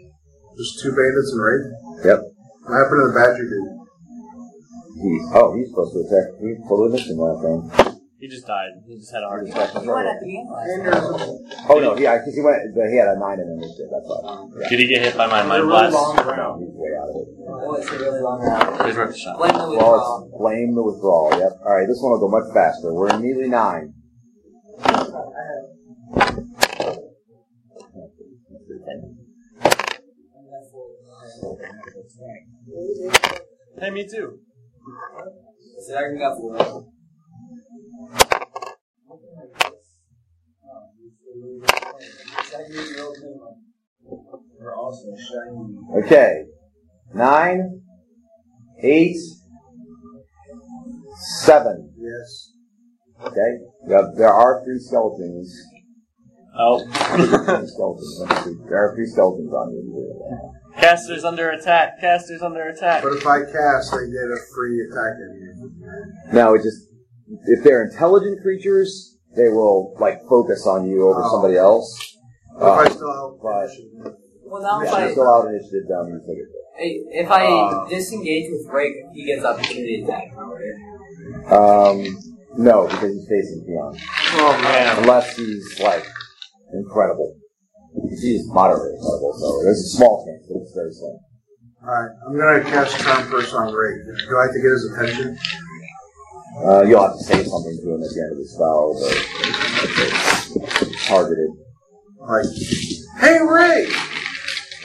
E: Just two bandits and rape?
A: Yep.
E: What happened to the badger dude?
A: He, oh, he's supposed to attack. He totally missed him last round.
C: He just died. He just had a heart attack.
F: You went at the game last night.
A: Oh no, yeah, because he went, but he had a nine in him. That's all. Yeah.
C: Did he get hit by my
G: They're
C: mind
G: really
C: blast?
G: long
A: No,
G: round.
A: he's way out of it.
F: Oh, it's a really long round.
C: Please rip the shot.
F: Blame the
A: Well,
F: withdrawal.
A: it's blame the withdrawal. Yep. All right, this one will go much faster. We're immediately nine.
C: Hey, me too.
F: So I can go for it.
G: They're also shiny.
A: Okay. Nine, eight, seven.
E: Yes.
A: Okay. Yep. There are three skeletons.
C: Oh.
A: Three skeletons. Let's see. There are three skeletons on you.
C: Caster's under attack. Caster's under attack.
E: But if I cast, they get a free attack at you.
A: No, it just if they're intelligent creatures, they will like focus on you over
E: Oh.
A: somebody else.
E: If I
A: Uh,
E: still help,
A: but-
F: Well,
B: Oh,
F: now if
A: yeah,
F: I,
A: you're still out initiative down. You take it.
F: if I
E: Uh,
F: disengage with break, he gets opportunity attack.
A: Um, no, because he's facing Theon.
E: oh man,
A: Unless he's like incredible. He's moderately incredible, so there's a small chance, but it's very slim.
E: all right, I'm gonna cast charm first on Ray. Do I have to get his attention?
A: Uh, you'll have to say something to him at the end of the spell, but it's targeted.
E: Like, hey Ray,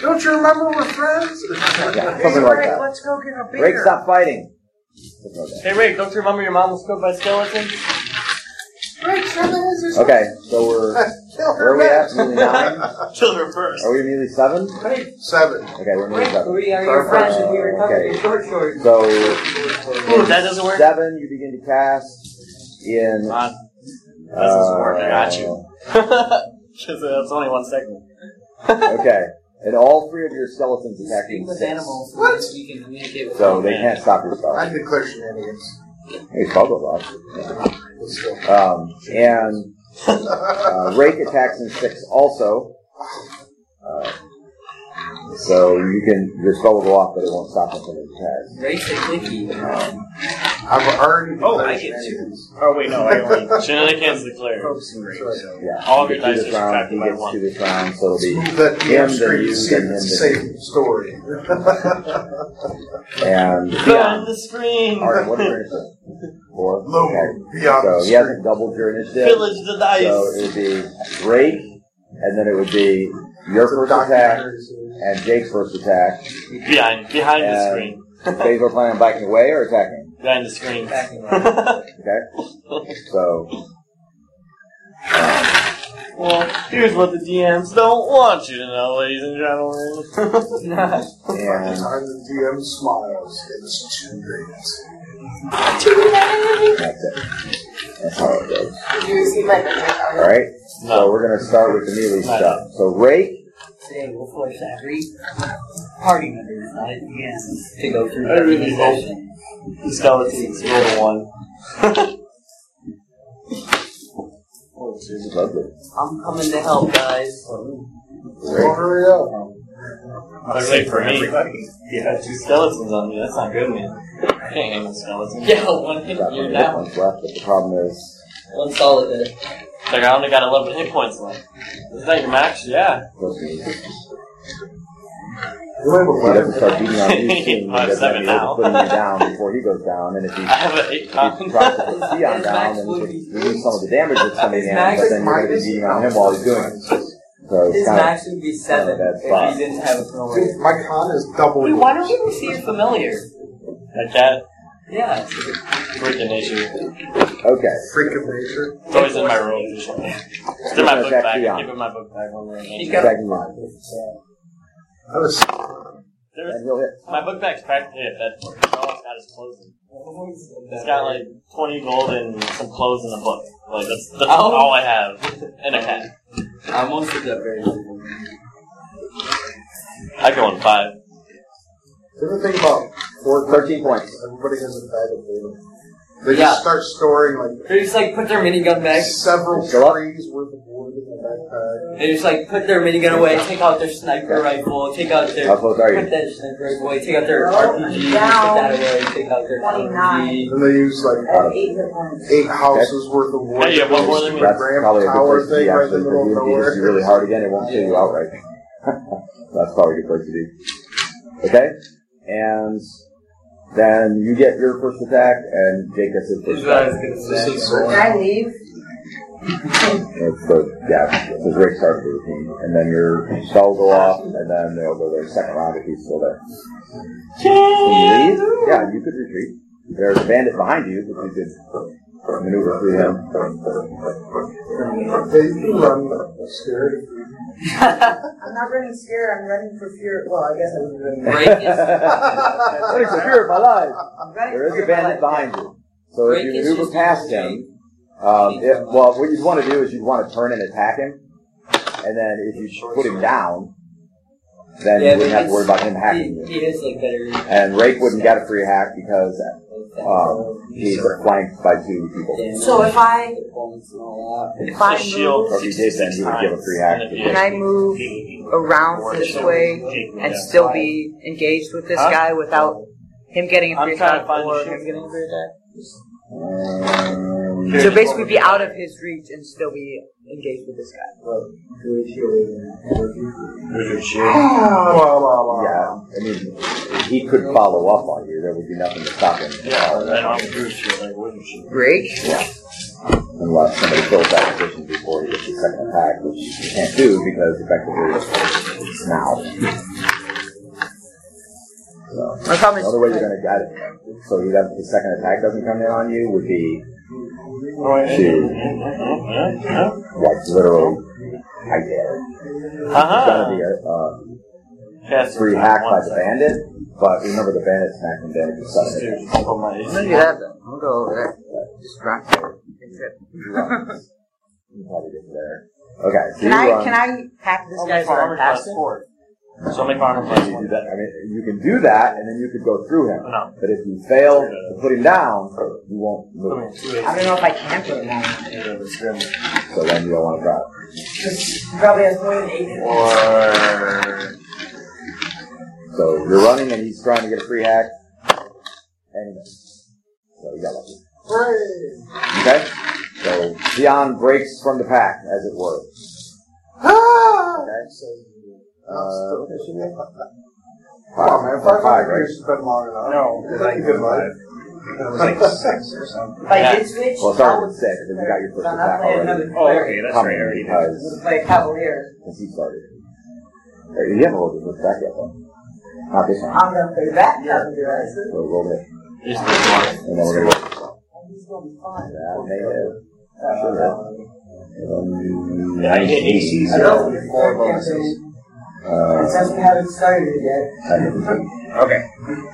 E: don't you remember we're friends?
A: (laughs) Yeah,
E: hey
A: something like
E: Ray,
A: that.
E: let's go get a beer.
A: Rick, stop fighting! Something like that.
C: Hey, Rick, don't you remember your mom was killed by skeletons?
D: Rick, show the lizards.
A: Okay, so we're
E: (laughs) Kill
A: where
E: her
A: are we
E: back.
A: at?
E: (laughs)
A: Immediately nine?
C: Killed her first.
A: Are we immediately seven?
E: Hey, seven.
A: Okay, we're immediately
F: Break
A: seven.
F: three are your friends and we were talking
A: Okay.
F: short short.
A: So
C: Ooh, that doesn't work.
A: seven, you begin to cast in. Uh,
C: Ah, that doesn't work. I got you. (laughs) Because that's only one second.
A: okay, and all three of your skeletons attack you.
F: Speak with
A: six.
F: animals.
E: What?
F: You can communicate with
A: So
F: them.
A: they can't stop your spell.
E: I declare shenanigans.
A: Hey, Bubba Bob.
E: Let's go.
A: Um, and uh, Rake attacks in six also. Uh, so you can your spell will go off, but it won't stop him from his attack.
F: Race and Licky.
E: I've already
G: Oh, I
E: declared
G: get two.
E: shenanigans.
G: Oh wait, no, I only
C: Shenanigans declared.
G: focusing rate. So
A: Yeah,
C: All of
A: he
C: your
A: gets
C: dice
A: two this
C: are
A: round.
C: subtracted
A: He
C: by
A: gets
C: one.
A: two this round, so it'll be
E: Move that
A: Him,
E: DM screen
A: then
E: to
A: you,
E: see if
A: then
E: it's the
A: him,
E: same story. (laughs)
A: and
C: Burn
A: yeah.
C: the screen!
A: All right, what's your initiative? Four. Okay.
E: Loom, beyond the
A: So he
E: screen.
A: hasn't doubled your initiative.
C: Village the dice!
A: So it would be Rake, and then it would be your
E: It's a
A: first attack
E: documentary series.
A: and Jake's first attack.
C: behind, behind the
A: And-
C: screen.
A: Is Basil planning on backing away or attacking?
C: Behind the screen.
F: Backing
A: Okay. So
C: well, here's what the DMs don't want you to know, ladies and gentlemen. (laughs)
E: By the
A: and
E: time the DM smiles, it's too late.
A: that's it. That's how it goes.
B: Hmm.
D: Did you receive my message?
A: All right. So
C: no.
A: we're gonna start with the melee
C: Not
A: stuff. So Rake,
F: Today we'll force every party member, not a DM, to go through
C: I really
F: the
C: hope-
F: session.
C: The skeletons roll a one.
A: lovely.
F: I'm coming to help, guys.
E: Well,
A: Rake.
E: hurry up.
C: That's like for me. You had two skeletons on me. That's not good, man. I can't handle skeletons.
F: Yeah, one hit
A: Got
F: you're
A: one hit
F: down.
A: points left, but the problem is
F: One solid hit.
C: Like, I only got 11 hit points left. Is that your max? Yeah.
A: he
E: You have a
A: doesn't
E: weapon.
A: start beating on you soon.
C: (laughs) Five,
A: He doesn't
C: seven
A: have to
C: now.
A: putting you down before he goes down, and if he
C: I have an 8 (laughs)
A: if he (laughs)
C: pound.
A: tries to put Theon down,
F: His max
A: then
F: would
A: you
F: be-
A: lose some of the damage that's coming
F: His
A: in,
F: max
A: but then you're going to be beating on him while he's doing it. So it's
F: His
A: kind
F: max would be
A: seven
F: seven
A: kinda bad if he spot.
F: if he didn't have a throw
E: Dude, my con is double.
F: Wait, why don't we receive familiar?
C: Like that.
F: Yeah.
C: Freaking nature.
A: of okay.
E: Freak of nature.
C: It's always in my room. It's in my book
A: Attack
C: bag.
A: Theon.
C: I keep it in my book bag when we're in
F: He's
C: nature.
F: got
A: Second one,
E: I was
C: There's-
A: and he'll hit.
C: My book bag's practically a bed for it. All it's got is clothes in it. It's got like 20 gold and some clothes and a book. Like, that's, that's
F: Oh.
C: all I have. And a cat.
F: I almost did that very little.
C: I go on five.
E: the thing about Four,
A: 13 points.
E: Everybody has a bag of food. They
F: Yeah.
E: just start storing like
F: They just like put their minigun back.
E: several
A: Fill up.
E: trees worth of wood in their backpack.
F: They just like put their minigun away, take out their sniper rifle, take out their
A: How close are
F: put
A: you?
F: that sniper rifle away, take out their
B: Oh,
F: RPG, put
B: down.
F: that away, take out their
B: 29.
F: RPG.
E: And they use like
B: At eight hit points.
E: eight houses worth of wood.
C: Hey, you have one more than me?
E: Ramp
A: That's probably a good
E: tower
A: place to
E: thing
A: be,
E: right in
A: actually,
E: the
A: because
E: middle
A: even if
E: of
A: you hit you
E: nowhere.
A: really hard again, it won't kill you outright. (laughs) That's probably a good place to be. Okay? And then you get your first attack, and Jake gets his first
F: Is what I
A: attack.
F: was gonna
E: This
F: say.
E: is
B: Can I leave?
A: It's the, yeah, it's his race start for the team. And then your spell will go off, and then they'll go their second round if he's still there. Can you leave? Yeah, you could retreat. There's a bandit behind you, but you could maneuver through him.
E: They can run
A: (laughs)
E: scared.
B: I'm not running scared, I'm running for fear. Well, I guess I was running.
F: Break
A: (laughs)
F: is,
A: What is the fear of my life?
B: I'm running
A: There
B: for
A: is a
B: fear of my
A: bandit
B: life.
A: behind you. So if
F: Break
A: you
F: is
A: maneuver
F: just
A: past him, um, it, well, what you'd want to do is you'd want to turn and attack him, and then if you put him down, then
F: Yeah,
A: you wouldn't
F: but
A: have to worry about him hacking
F: he,
A: you.
F: he is like better.
A: And Rake wouldn't get a free hack because um, he's flanked by two people.
B: So if I,
J: Bones and all
C: It's
B: Fine
C: a shield.
A: So if you did, then you would give a free hack. to
B: can I move around this way and still be engaged with this
C: Huh?
B: guy without him getting a
C: I'm
B: free
C: trying to
B: attack
C: find the
B: or
C: shield.
B: him getting a free attack?
A: Um,
C: Here's
B: So basically
C: what
B: be out of his reach and still be engaged with this guy.
E: Blah, blah, blah.
A: yeah, I mean, he could follow up on you. There would be nothing to stop him.
C: Yeah, I don't have a blue shield, like wooden shield.
B: Break?
A: unless somebody fills that position before he gets the second attack, which you can't do because effectively it's now. So,
B: My problem
A: the
B: is.
A: other way you're going to get it, so you have the second attack doesn't come in on you, would be to
C: Uh-huh.
A: like literally, I dare. It's going to be a, uh
C: Cast
A: free
C: attack
A: hack by
C: once.
A: the bandit, but remember the bandit's smacking damage is
B: (laughs)
C: Let's
A: seven.
C: do it. Oh,
B: I'm
C: my.
B: gonna do that then. I'm gonna go over there. Just rock there. That's it.
A: You probably get there. Okay, uh, so
B: Can
A: you um,
B: I
A: run.
B: can I hack this
C: I'll
B: guy
C: make
B: so
C: armor
B: I
C: class
B: pass him?
C: four. So I'll make armor
A: If
C: class
A: you do
C: one.
A: that, I mean, you can do that, and then you could go through him.
C: No.
A: But if you fail to put him down, you won't
C: Come
A: move.
C: here, two eight.
B: I don't know if I can put him on.
A: So then you don't want to drop.
B: He probably has more than eight. hit points.
A: So you're running, and he's trying to get a free hack. And he misses. So you got lucky. Okay? So Dion breaks from the pack, as it were. Okay? Uh, okay, should be a-
E: Come on, Oh, man. Five
A: five,
E: hundred
A: right?
E: years has been long enough.
G: No,
E: It's not even life.
G: It was like (laughs) six or something.
B: If I
C: Yeah.
B: did switch,
A: Well,
B: I
A: sorry,
B: would
A: it's six, but you got your first
B: I'm not
A: attack
B: playing
A: already.
B: another
G: Oh,
B: player.
G: okay, that's
A: Coming
G: right. I already did.
A: because
B: Play Cavalier.
A: because he started. Hey, You haven't rolled your first attack yet, though. Not this one.
B: I'm gonna play that Cavalier. I said.
A: So roll it,
C: Here's the
A: and then we're gonna roll.
B: He's gonna be fine.
A: That may have.
E: Uh,
A: Um,
C: Yeah, I hit
A: Oh,
C: AC.
A: I
B: I
A: don't-
B: know. Four bonuses.
A: Uh,
B: Since we haven't started it yet,
A: I don't-
G: Okay.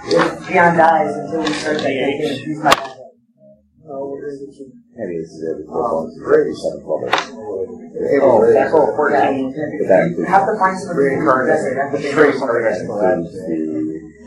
B: if Leon dies until we start that
G: DH.
B: game, he's my backup.
A: maybe this is it. Four points, three, seven, twelve.
E: Oh,
A: Oh,
E: that's all.
B: Yeah.
A: But that includes-
B: You have to find somebody to
E: Reincarnate.
B: replace it. That's the
E: Trace
B: thing.
E: somebody
A: that
E: that's still alive.
A: includes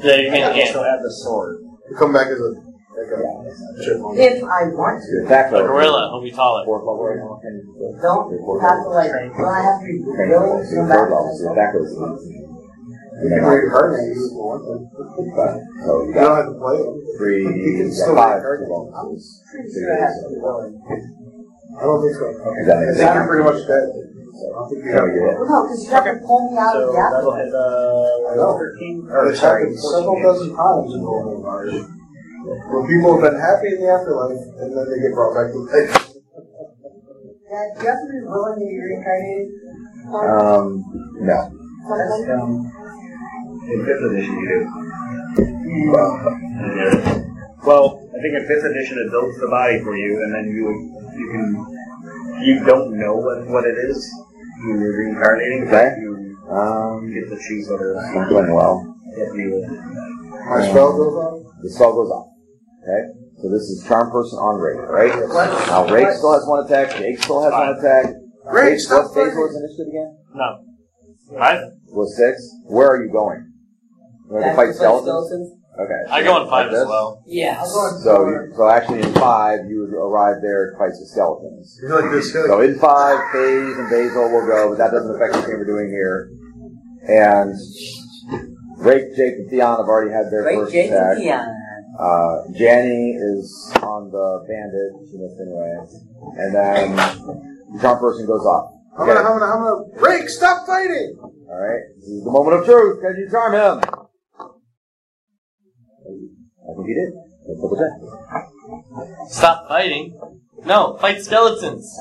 A: the-
C: Yeah, you mean
G: I
C: again.
G: still have the sword.
E: You Come back as a like
A: yeah.
E: a chipmunk.
B: If I want to,
A: Your attack
C: A
A: level-
C: gorilla, he'll be taller.
A: Four level, right now, ten, four,
B: don't
A: four
B: have to
A: level.
B: like, well, I have to
A: Ten,
B: be
A: four,
B: willing
A: so
B: to
A: your
B: come
A: third
B: back.
A: level, so your attack level is eight.
E: You
A: And
E: can
A: then I'll-
E: reincarnate. if you want to.
A: but- so you
E: You don't
A: got
E: have to play it.
A: three,
E: You can
A: you got
E: still
A: five,
E: reincarnate.
A: two bonuses.
B: Pretty
A: Two
B: sure I have
A: days.
B: to.
E: I don't think
A: Does
E: so.
A: that make
E: I
A: sense?
E: think you're pretty much dead. I don't think you
A: So
E: have
A: you hit.
B: Well, no, because you have to pull me out
G: So
B: of the apple.
G: that'll hit uh,
E: No.
G: 13.
E: Or
G: Or,
E: it's
G: sorry,
E: happened several
G: 14
E: dozen times in Golden Mars. Where people have been happy in the afterlife and then they get brought back to life.
B: Yeah, you have to be willing to be reincarnated.
A: Um, no. uh,
B: Something.
G: In fifth edition, you do. Well, I think in fifth edition it builds the body for you, and then you you can you don't know what, what it is. You're reincarnating,
A: Okay.
G: but you
A: Um,
G: get to choose whether or
A: I'm
G: not
A: doing well.
G: you.
E: My spell goes on.
A: The spell goes off. Okay? So this is charm person on Rake, right? Now Rake still has one attack, Jake still has one attack.
E: Rake,
A: Jake,
E: stop
A: what's Basil's
E: fighting.
A: initiative again?
C: No. Right?
A: Was six. Where are you going? You want to
B: That's
A: fight
B: the first
A: skeletons?
B: skeletons.
A: Okay.
C: I go in five
A: Like
C: as
A: this?
C: well.
F: Yeah. I'll go
A: So, you- so actually in five, you would arrive there and fight the skeletons.
E: You're like this. You're like,
A: So in five, Phase and Basil will go, but that doesn't affect anything we're doing here. And Rake, Jake, and Theon have already had their
B: Right,
A: first
B: Jake
A: attack.
B: and Theon.
A: Uh, Janny is on the bandit, she missed anyway. And then the front person goes off.
E: I'm gonna, I'm gonna, I'm gonna. Rake, stop fighting!
A: Alright, this is the moment of truth. Can you charm him? I think he did. Let's double check.
C: Stop fighting. No, fight skeletons.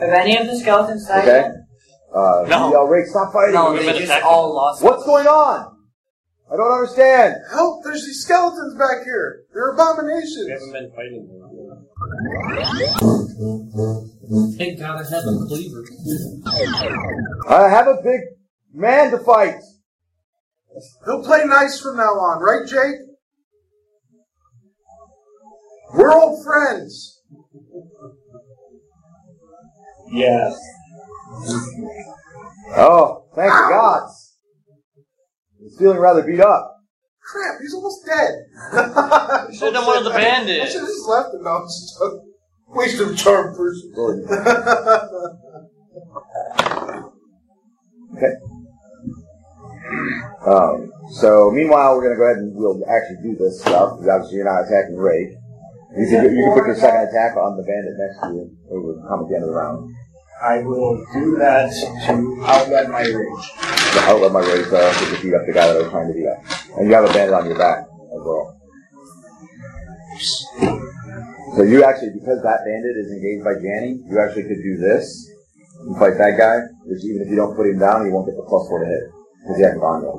B: Have any of the skeletons died
A: Okay.
B: yet?
A: Uh,
C: No.
A: you yell, Rake, stop fighting!
B: No,
C: We've
B: they
C: been
B: just
C: attacked.
B: all lost.
A: What's going on? I don't understand.
E: Help! There's these skeletons back here. They're
C: We haven't
E: abominations.
C: been fighting. them.
F: Thank God I have a believer.
A: I have a big man to fight.
E: He'll play nice from now on, right, Jake? We're old friends.
G: Yeah.
A: Oh, thank the gods. He's feeling rather beat up.
E: Crap, he's almost dead. (laughs)
C: You should have done one of the
E: I
C: bandits.
E: should have just left him. No, I'm just waste of charm, (laughs) person.
A: Okay. Um, so, meanwhile, we're going to go ahead and we'll actually do this stuff, because obviously you're not attacking Ray. You can, you can put your second attack on the bandit next to you. It would come at the end of the round.
G: I will do that to outlet my rage.
A: So I'll let my Ray go to beat up the guy that I was trying to beat up. And you have a bandit on your back as well. So you actually, because that bandit is engaged by Janny, you actually could do this and fight that guy, which even if you don't put him down, you won't get the plus four to hit. Because he hasn't gone yet.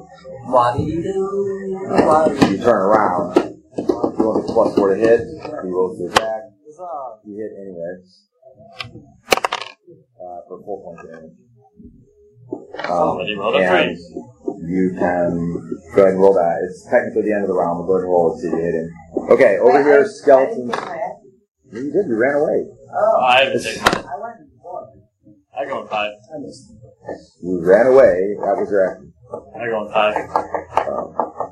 A: You turn around. You want the plus four to hit. He rolls to attack. You hit anyway. Uh, for four points of damage. Um,
C: But Oh, he rolled a
A: and you can go ahead and roll that. It's technically the end of the round. We'll go ahead and roll it. See if you hit him. Okay, over
B: Wait,
A: here,
B: I-
A: skeleton.
B: I didn't get my act-
A: You did. You ran away.
B: Oh,
C: I haven't taken mine.
B: I went and fought.
C: I go in five.
A: You ran away. That was your action.
C: I go in five.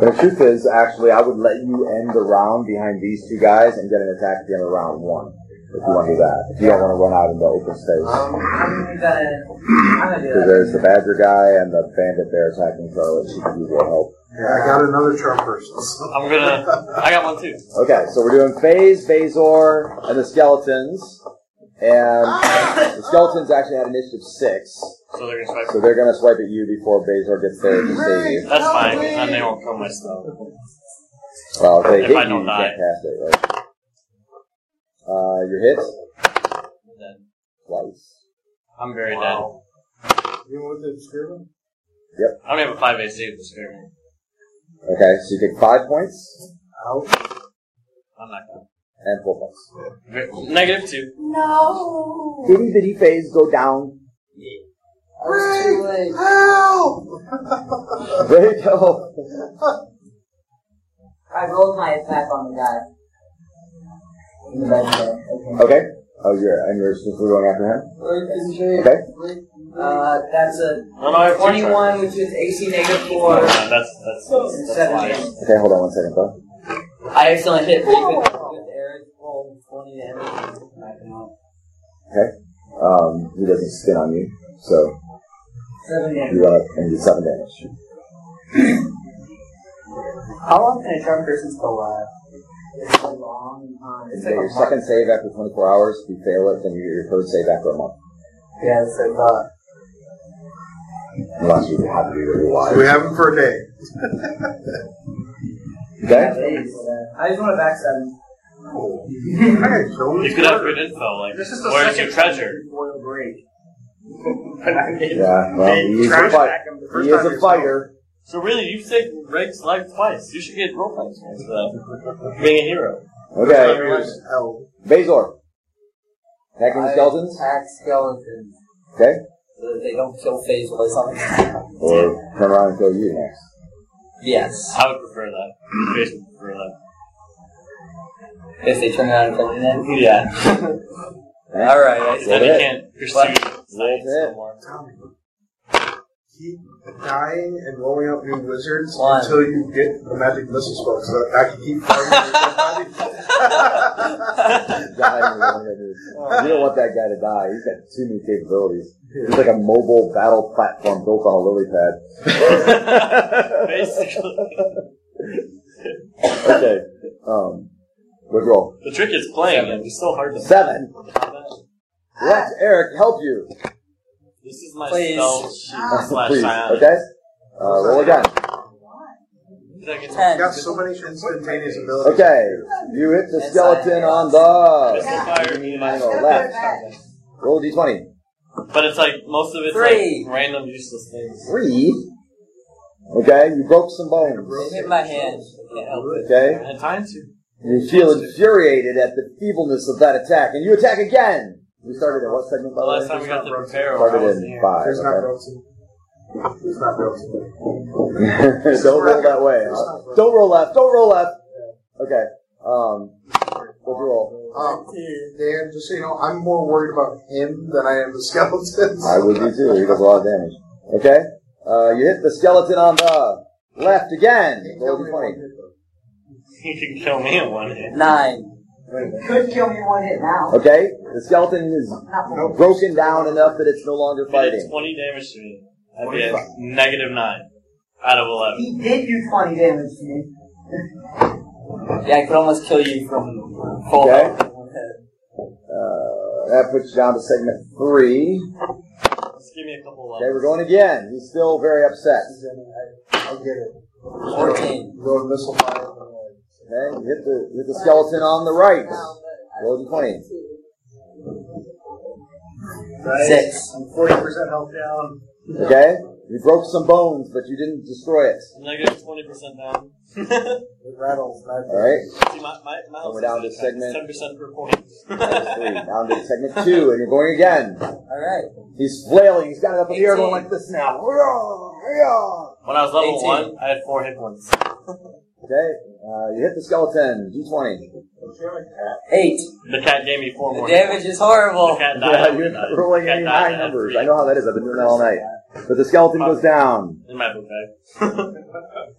A: The truth is, actually, I would let you end the round behind these two guys and get an attack at the end of round one. If you want to do that. If you don't want to run out into open space.
B: Um, I'm gonna, I'm gonna do
A: Because
B: that.
A: there's the badger guy and the bandit bear attacking Charlotte. She could use a little help.
E: Yeah, I got another charm (laughs) person. So.
C: I'm gonna. I got one too.
A: Okay, so we're doing Phase, Phasor, and the skeletons. And the skeletons actually had initiative six,
C: So they're gonna swipe.
A: so they're gonna swipe at you before Phasor gets there to save you.
C: That's fine. 'cause Then they won't kill my stuff.
A: Well, if they
C: If
A: hit
C: I
A: you,
C: don't
A: you
C: die.
A: can't cast it, right? Uh, you're hit
C: Then
A: twice.
C: I'm very
E: You want to screw him?
C: dead. I only have a five AC with this experiment.
A: Okay, so you take five points
E: Out.
C: I'm not gonna.
A: and four points.
C: Negative two.
B: No.
A: Bitty bitty phase go down.
E: Ray, help!
A: (laughs) There you go.
B: I rolled my attack on the guy. In the bedroom. Okay.
A: Okay. Oh, you're and you're supposed to be going after him. Okay.
B: Uh, that's a
C: No, no, I have two
B: 21, which is AC negative
C: No, no,
B: 4,
C: that's that's
B: and
C: that's, that's
B: 7
C: why.
B: damage.
A: Okay, hold on one second, though.
B: I accidentally hit Reef with, with Eric's roll 20 damage.
A: Um, he doesn't spin on you, so
B: 7 damage.
A: you run up and do seven damage.
F: How long can a drunk person stay alive?
B: It's a long time.
A: You get your second save after 24 hours. If you fail it, then you get your third save after a month.
F: Yeah, uh, that's what I thought.
A: Unless you have to be really
E: (laughs) We
A: wise.
E: have him for a day.
A: Okay?
B: I just want to back 7.
E: Hey, so
C: You could have good info, like
G: This is the
C: where's
G: second
C: your treasure?
G: Royal break. but I mean,
A: Yeah, well,
G: they
A: he's
G: trash
A: a fighter.
G: back him the first
A: He is
G: time
A: a
G: was
A: fighter.
C: So really, you saved Rake's life twice. You should get role points for that. Being a hero.
A: Okay.
E: He was out.
A: Basil. Attacking the skeletons?
F: Attack skeletons.
A: Okay?
F: So that they don't kill phase or something. (laughs)
A: Or turn around and kill you next.
F: yes.
C: I would prefer that. Face would prefer that.
F: If they turn around and kill me then.
C: Yeah. (laughs)
A: Alright. (laughs)
C: Then you can't pursue
A: What?
C: science
A: it.
C: no more.
E: keep dying and rolling up new wizards
F: Why?
E: until you get the magic missile spell. So that I can keep fighting. with
A: Dying along with you. You don't want that guy to die. He's got too many capabilities. He's like a mobile battle platform built on a lily pad.
C: (laughs) Basically,
A: okay. Um, good roll.
C: the trick is playing it. It's so hard to.
A: Seven.
C: Seven.
A: Let Eric help you.
C: This is my
B: Please.
C: spell sheet
A: (laughs)
C: slash
A: Please.
C: psionic.
A: Okay. Uh, roll again.
C: Like it's-
E: you.
F: Ten.
E: got so many instantaneous abilities.
A: Okay. You hit the
F: Yes,
A: skeleton
F: I-
A: on
C: Missile
A: the
C: fire,
A: you
C: you
A: might
C: know.
A: go left. Roll d d20.
C: But it's like most of it's
F: Three.
C: like random useless things.
A: Three. Okay. You broke some bones.
F: It hit my head. Can't help it.
A: Okay.
C: At times you
A: You feel infuriated at the feebleness of that attack, and you attack again. We started at what segment?
C: the
A: by the way?
C: last time we got the repair I
A: started
C: was
A: in
C: here.
A: five.
E: There's not
A: okay?
E: broken. There's not broken.
A: (laughs) Don't roll that way. huh? Don't roll left. Don't roll left. Okay. Um. What'd you roll?
E: Um, Dan, just so you know, I'm more worried about him than I am the skeletons. (laughs)
A: I would be too. He does a lot of damage. Okay. Uh, you hit the skeleton on the left again. Roll d twenty.
C: (laughs) You can kill me in one hit.
F: Nine.
B: Could kill me in one hit now.
A: Okay. The skeleton is
B: Not one.
A: broken down enough that it's no longer
C: You did
A: fighting.
C: 20 damage to me. I'd be at negative 9 out of 11.
B: He did do 20 damage to me.
F: Yeah, I could almost kill you from full
A: Okay.
F: health in one hit.
A: Uh, that puts you down to segment three.
C: Just give me a couple
A: Okay, we're
C: levels.
A: going again. He's still very upset.
E: I'll get it.
F: Fourteen.
E: Go to missile fire.
A: Okay, you hit the hit the skeleton on the right. Roll d twenty.
F: Six.
G: I'm 40% health down.
A: Okay, you broke some bones, but you didn't destroy it.
C: Negative 20% (laughs) down. See,
E: It rattles. not-
A: All right,
C: my, my, my
A: we're down to
C: health is
A: segment-
C: 10%
A: (laughs)
C: per point.
A: That's three. (laughs) Down to segment two, and you're going again.
F: All right.
A: He's flailing. He's got it up in the air, going like
F: Eighteen.
A: this now. Okay,
C: when I was level
F: 18.
C: 1, I had 4 hit points.
A: uh, you hit the skeleton. D twenty.
F: Eight.
C: The cat gave me 4
F: The
C: more.
F: damage is
C: The
F: horrible.
C: cat died.
A: (laughs) Yeah, you're not rolling
C: Cat
A: any
C: died
A: high
C: at
A: numbers.
C: three
A: I know how that is. I've been doing that all night. But the skeleton goes down.
C: In my book bag.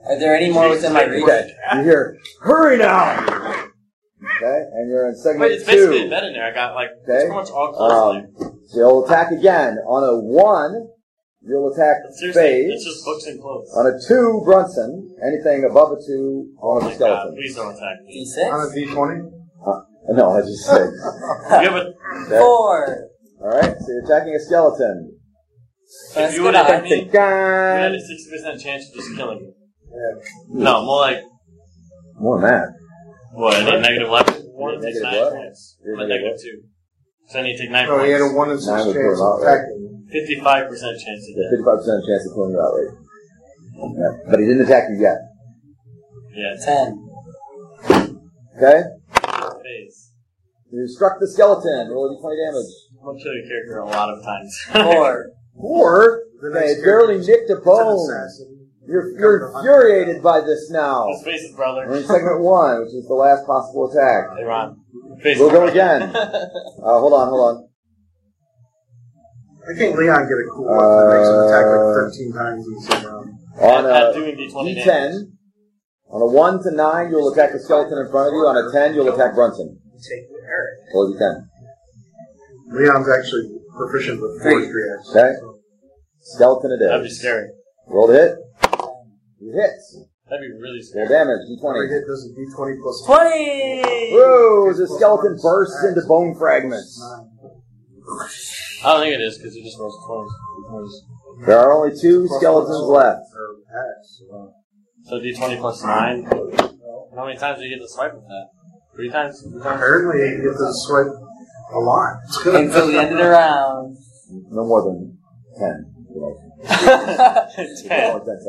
F: Are there any more within my reach?
A: Okay, you hear? Hurry now. Okay, and you're in segment
C: Wait, it's
A: two.
C: basically a bed in there. I got like, it's
A: Okay.
C: pretty much all close
A: Um, so you'll attack again. On a one, you'll attack
C: there. Seriously, it's
A: phase. Uh,
C: just books and clothes.
A: On a two, Brunson. Anything above a two, on the
C: my God,
A: skeleton.
C: please don't attack me.
F: D
E: On a
F: six.
E: D20?
A: No, I just
C: (laughs)
A: said.
C: You have a,
A: Okay. All
F: Four.
A: right, so you're attacking a skeleton.
C: if
F: That's
C: you would
F: good.
C: have
F: I
C: hit me,
F: mean,
C: you had
A: Gun.
C: a 60% chance of just killing me.
A: Hmm.
C: No, more like,
A: More than that.
C: what, I did negative 11? One takes
A: Negative
C: 9
A: what?
C: points.
A: You're
C: I'm at
A: negative
C: negative 2. So I need to take 9
E: No, Oh, he had a
C: points.
E: 1 in 6
A: Nine
E: chance
A: would go
E: of
A: out, right?
E: attacking.
C: 55% chance of death.
A: Fifty-five percent chance of pulling you out right. Yeah, But he didn't attack you yet.
C: Yeah,
F: ten.
A: Okay?
C: it's phase.
A: You struck the skeleton. Roll d20 damage.
C: I'm gonna kill your character a lot of times. (laughs)
A: (laughs)
F: Four.
A: Four.
E: The
A: Okay,
E: next
A: it barely nicked a
E: It's an
A: bone.
E: assassin.
A: You're, you're infuriated by this now.
C: Let's face it, brother.
A: We're in segment one, which is the last possible attack.
C: Hey, Ron. Face
A: We'll
C: it,
A: go
C: brother. (laughs)
A: again. Uh, hold on, hold on.
E: I think Leon get a cool one that makes him attack like 13 times in the same round.
A: On uh,
C: At- at
A: a
C: doing D20 damage.
A: D10, on a 1 to 9, you'll attack the skeleton in front of you. On a 10, you'll attack Brunson.
B: Take the Eric.
A: Roll D10.
E: Leon's actually proficient with forestry, actually.
A: Okay? Skeleton
C: That'd
A: it
C: be
A: is.
C: scary.
A: Roll to hit. You hit.
C: That'd be really
A: Roll
C: scary.
A: damage,
E: Every
A: D20.
E: hit does a d20 plus
F: Twenty.
A: Whoa, Oh, the skeleton bursts into bone fragments.
C: I don't think it is, because it just rolls 20s.
A: There are only two skeletons left.
C: So D20 plus 9. How many times do you get to swipe with that? Three times?
E: (laughs)
C: (laughs) Three times?
E: Apparently, he gets to sweat a lot.
F: Until the end
E: (laughs)
F: of the round. (laughs)
A: No more than 10.
C: Ten.
A: Only 10 seconds.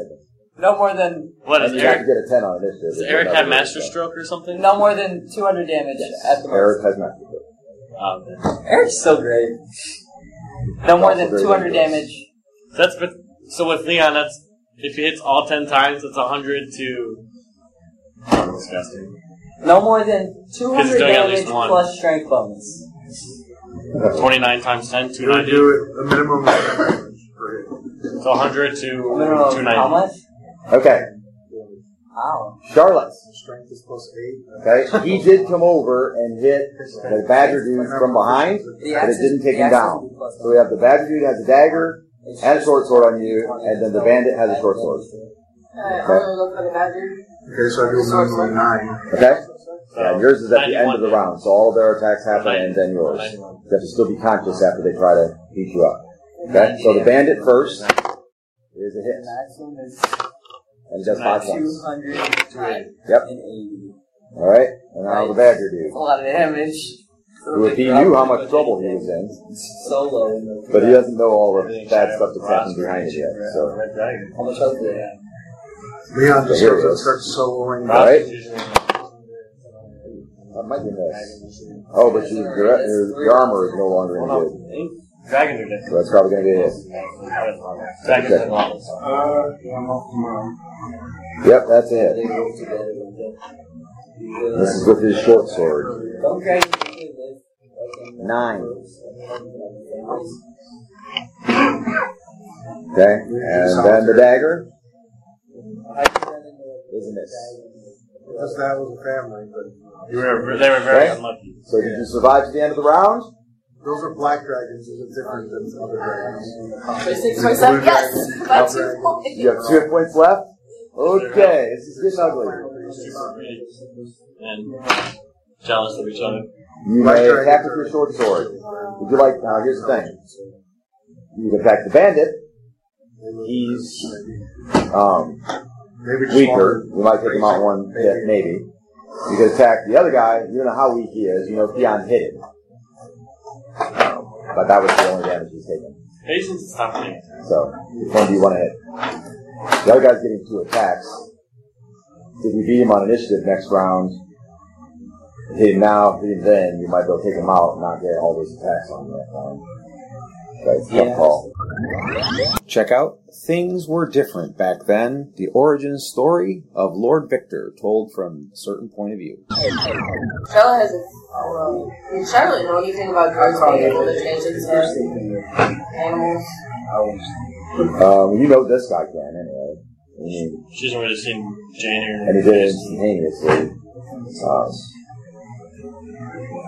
F: no more than
C: What is
A: You have to
C: Eric?
A: get a 10 on initiative.
C: Does Eric have master
A: mastery?
C: stroke or something?
F: no more than two hundred damage at the
A: Eric
F: most.
A: has master stroke.
C: Oh, okay.
F: Eric's so great. No more than
A: Also very
F: two hundred
A: dangerous.
F: damage.
C: That's but so with Leon, that's if he hits all ten times, it's hundred to. Oh, disgusting.
F: No more than two
C: Because it's
F: hundred
C: doing at
F: damage
C: least one.
F: plus strength bonus.
C: Twenty nine times ten, two
E: You would
C: ninety.
E: do it a minimum of 10 damage per hit.
C: So 100 to
F: No,
C: 290.
F: how much?
A: Okay,
F: Wow.
A: Charlotte.
E: Strength is plus eight.
A: Okay, he did come over and hit the Badger dude from behind, but it didn't take him down. So we have the Badger dude has a dagger and a short sword on you, and then the Bandit has a short sword.
H: I'm gonna go for the badger.
E: Okay, so I do minimum nine.
A: Okay, yeah, yours is at the end
C: 91.
A: of the round, so all their attacks happen and then yours. You have to still be conscious after they try to beat you up. Okay, so the Bandit first is a hit,
F: Maximum is
A: and he does five points.
F: 280.
A: Yep. All right, and now the Badger
F: That's
A: dude.
F: a lot of damage.
A: Who, if he knew how much trouble he was in,
F: Solo. in the-
A: But he doesn't know all the bad stuff that's happened behind it yet. So,
F: How much health do they have?
E: Leon just
A: Here it
E: starts,
A: is.
E: starts soloing.
A: all right. That might be nice. Oh, but your, your, your, your armor is no longer in good.
C: Dragons are different.
A: So that's probably going to be it.
C: Dragons are lawless.
E: Uh, yeah, I'm off tomorrow.
A: Yep, that's it.
F: They work together with them.
A: This is with his short sword.
F: Don't guys
A: Nine. Okay, and then the dagger is a miss.
E: That's that was a family, but
C: You were, they were very
A: Right?
C: unlucky.
A: So did you survive to the end of the round?
E: those are black dragons. Those are different than other dragons.
H: Twenty-six, twenty-seven. Yes, by two points.
A: You have two hit points left. Okay, this is getting ugly.
C: And jealous of each other.
A: You may attack with your short sword. Would you like? Now, here's the thing. You can attack the bandit. He's um,
E: Maybe just
A: weaker.
E: longer.
A: You might take him out one hit, maybe. You can attack the other guy. You don't know how weak he is. You know if Theon hit him. Um, but that was the only damage he's taken.
C: Patience is happening.
A: So, which one do you want to hit? The other guy's getting two attacks. If you beat him on initiative next round, hit him now, hit him then, you might be able to take him out and not get all those attacks on that round. But it's a tough call.
I: Check out Things Were Different Back Then, the origin story of Lord Victor told from a certain point of view.
H: Charlotte has a. Well, I mean, Charlotte know anything about drugs being able to change its animals.
A: Um, you know this guy can anyway. I mean,
C: She's already seen Jane here.
A: and he did it instantaneously. Um,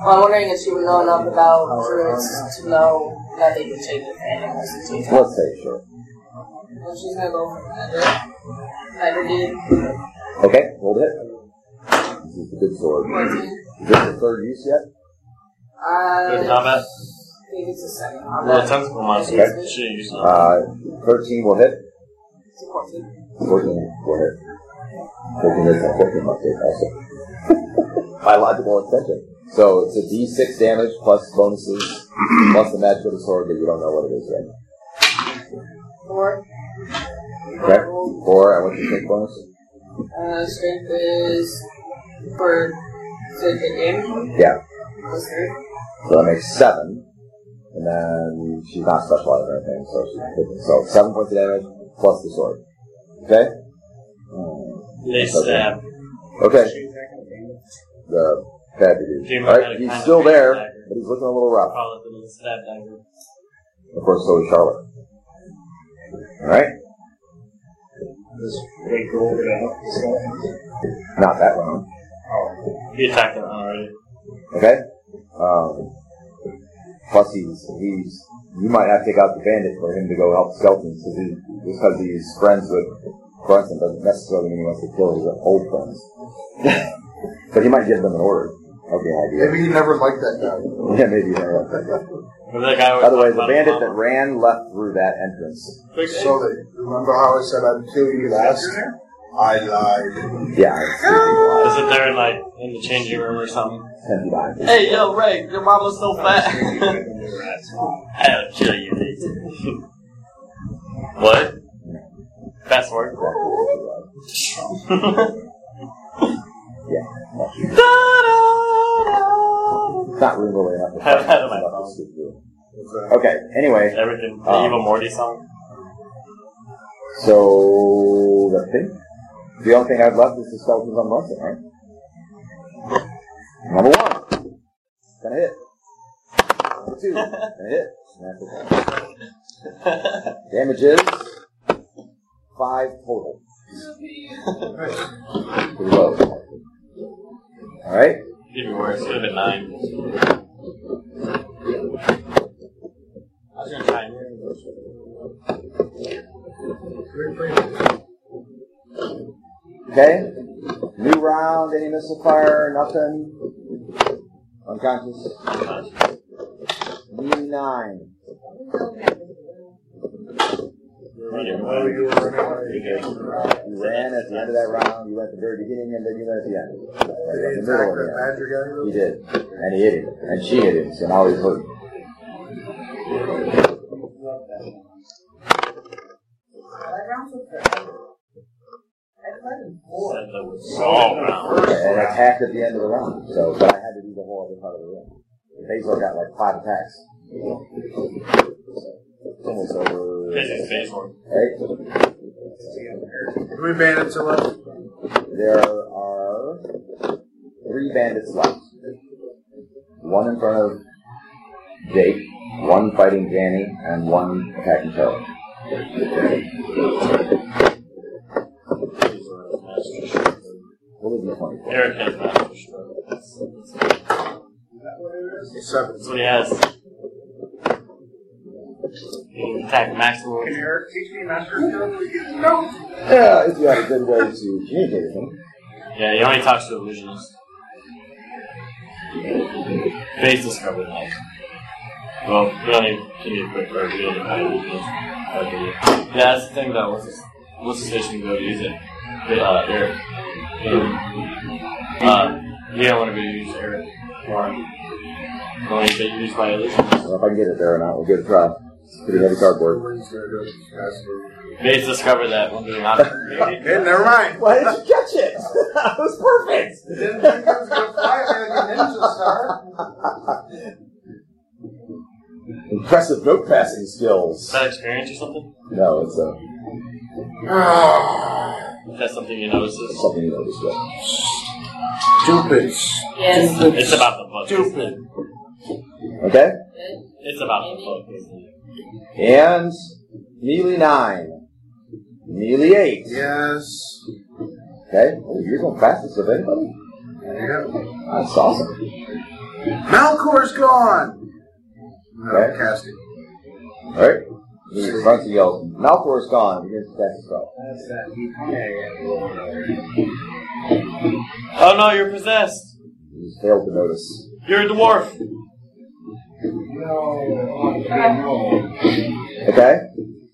H: Well, I'm wondering if she would know enough about druids to know that they can change its animals into each other.
A: let's say sure.
H: And she's gonna go for that. Better dude.
A: Okay, hold it. This is a good sword.
H: Fourteen.
A: Is this the third use yet?
C: Good
H: Uh, I
C: combat.
H: think it's a second.
C: Well, tentacle monster.
A: Okay.
C: She used it.
A: Uh, 13 will hit.
H: It's a fourteen.
A: 14 will hit. 14 is a 14 must hit also. (laughs) By logical extension. So it's a d6 damage plus bonuses, plus the magic of the sword that you don't know what it is yet.
H: Four.
A: Okay? Four, and what's your take bonus?
H: Uh, strength is for to the game.
A: Yeah.
H: Plus three.
A: So that makes seven. And then she's not specialized or anything, so she's so seven points of damage plus the sword. Okay? Mm,
C: They stab.
A: Okay. The bad dude. Alright, he's still there, but he's looking a little rough.
C: Call it the little stab dagger.
A: Of course, so is Charlotte. Alright? Not that one.
C: He attacked it already.
A: Okay? Um, plus, he's, he's. You might have to take out the bandit for him to go help skeletons because he, because he's friends with Brunson doesn't necessarily mean he wants to kill his old friends. (laughs) but he might give them an order. Okay, idea.
E: Maybe he never liked that guy.
A: (laughs)
E: (laughs)
A: Yeah, maybe. you know.
C: Remember that guy we were
A: By the way,
C: talking
A: the
C: about
A: bandit that
C: Obama?
A: ran left through that entrance.
C: Quick
E: So they remember how I said I'd kill you last? I lied.
A: Yeah. it's-
C: Is it there in like in the changing room or something?
A: it's
C: (laughs)
A: behind.
C: Hey, yo, Ray, your mama's so
A: (laughs)
C: fat. I'll kill you, (laughs) Nathan. what? Fast forward. (laughs)
A: It's not really enough.
C: I don't have my phone.
A: Okay, anyway,
C: Everything. The
A: Um,
C: Evil Morty song.
A: so that's it. The only thing I've left is the skeletons on Brunson, right? Number one. Gonna hit. Number two. Gonna hit. Natural one. Damage is
I: five total.
A: Pretty low. All right.
C: Could be worse. Could have been nine. I was gonna try.
A: Okay. New round. Any missile fire? Nothing. Unconscious. D nine.
G: you
A: You ran at the end of that round. You went at the very beginning, and then you went at the end. Or you went in the middle
E: attack
A: of the
E: that
A: end.
E: badger
A: He did, and he hit him, and she hit him. So now he's hurt.
C: All round.
A: and attacked at the end of the round. So, but I had to do the whole other part of the round. Basil got like five attacks. It's almost over.
C: This is baseball.
A: Right?
E: guy? How many bandits are left?
A: There are three bandits left. One in front of Jake, one fighting Danny, and one attacking Charlie. What was the point?
C: Eric has master stroke.
E: Seven.
C: That's what he has. He can attack maximum.
G: Can Eric teach me master stroke?
A: Yeah, if you had a good way to communicate with him.
C: Yeah, he only talks to illusionists. Face discovered that. Well, we only need a quick verb. We don't Yeah, that's the thing about what's this? What's the station go to use it? Uh, Eric. Uh, you don't want to be used Eric. Or, only get used by illusionists.
A: I don't know if I can get it there or not. We'll give it a try. It's pretty heavy cardboard.
E: Everyone's gonna do it. Pass
C: Face discovered that when doing not.
E: it. Hey, never mind. (laughs)
A: Why did you catch it? (laughs) that was perfect.
E: Didn't think I was gonna fly like a ninja star.
A: Impressive note passing
C: Is
A: skills.
C: that experience or something?
A: No, it's uh,
C: Is that something you notice?
A: it's something you notice. Yeah.
E: Stupid.
H: Yes.
C: It's about the book. Stupid.
A: Okay?
C: It's about the book, isn't it?
A: And Neely 9. Neely 8.
E: Yes.
A: Okay? Oh, you're going fastest of anybody?
E: There you go.
A: That's awesome.
E: Malcor's gone.
A: Okay.
E: No, casting.
A: Alright? He runs and yells, Malcor is gone. He didn't cast himself.
F: That's that deep-
C: Oh no, you're possessed.
A: He just failed to notice.
C: You're a dwarf.
A: Okay?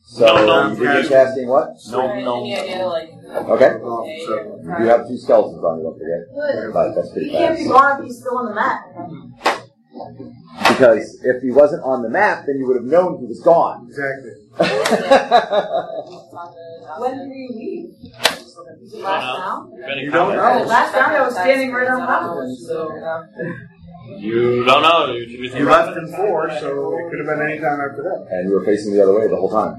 A: So,
C: No, no,
A: you're
E: no.
A: casting what?
C: No,
H: Any
C: no.
H: idea, like,
A: Okay?
E: Oh, so-
A: You have two skeletons on you, don't forget. But that's pretty
B: He can't
A: fast.
B: be gone if he's still on the map.
A: Because if he wasn't on the map, then you would have known he was gone.
B: (laughs)
E: Exactly.
B: When did he leave? Was it
C: Uh-huh.
B: last round?
E: You don't
B: The
E: know.
B: Last round I was standing right on top of him, so.
H: So,
C: You don't know. You, you,
E: You left in four, so it could have been any time after that.
A: and you were facing the other way the whole time.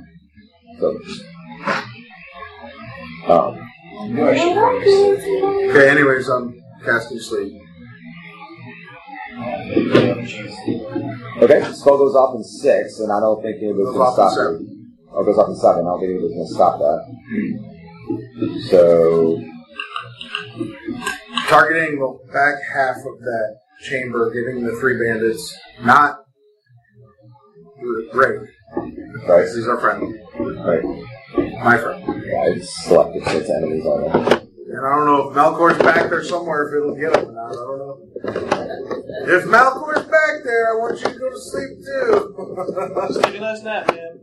A: So, um,
E: Okay, anyways, I'm casting sleep.
A: okay, spell goes off in six, and I don't think anybody's
E: Goes
A: going to
E: off in
A: stop you. Oh, it goes off in seven. I don't think anybody's going to stop that. So,
E: Target angle, back half of that chamber, giving the three bandits not break.
A: right,
E: This is our friend,
A: right.
E: my friend.
A: Yeah, it's selected, so it's enemies only.
E: And I don't know if Malcor's back there somewhere, if it'll get him or not. I don't know. If Malcor's back there, I want you to go to sleep too. (laughs)
C: Take a nice nap, man.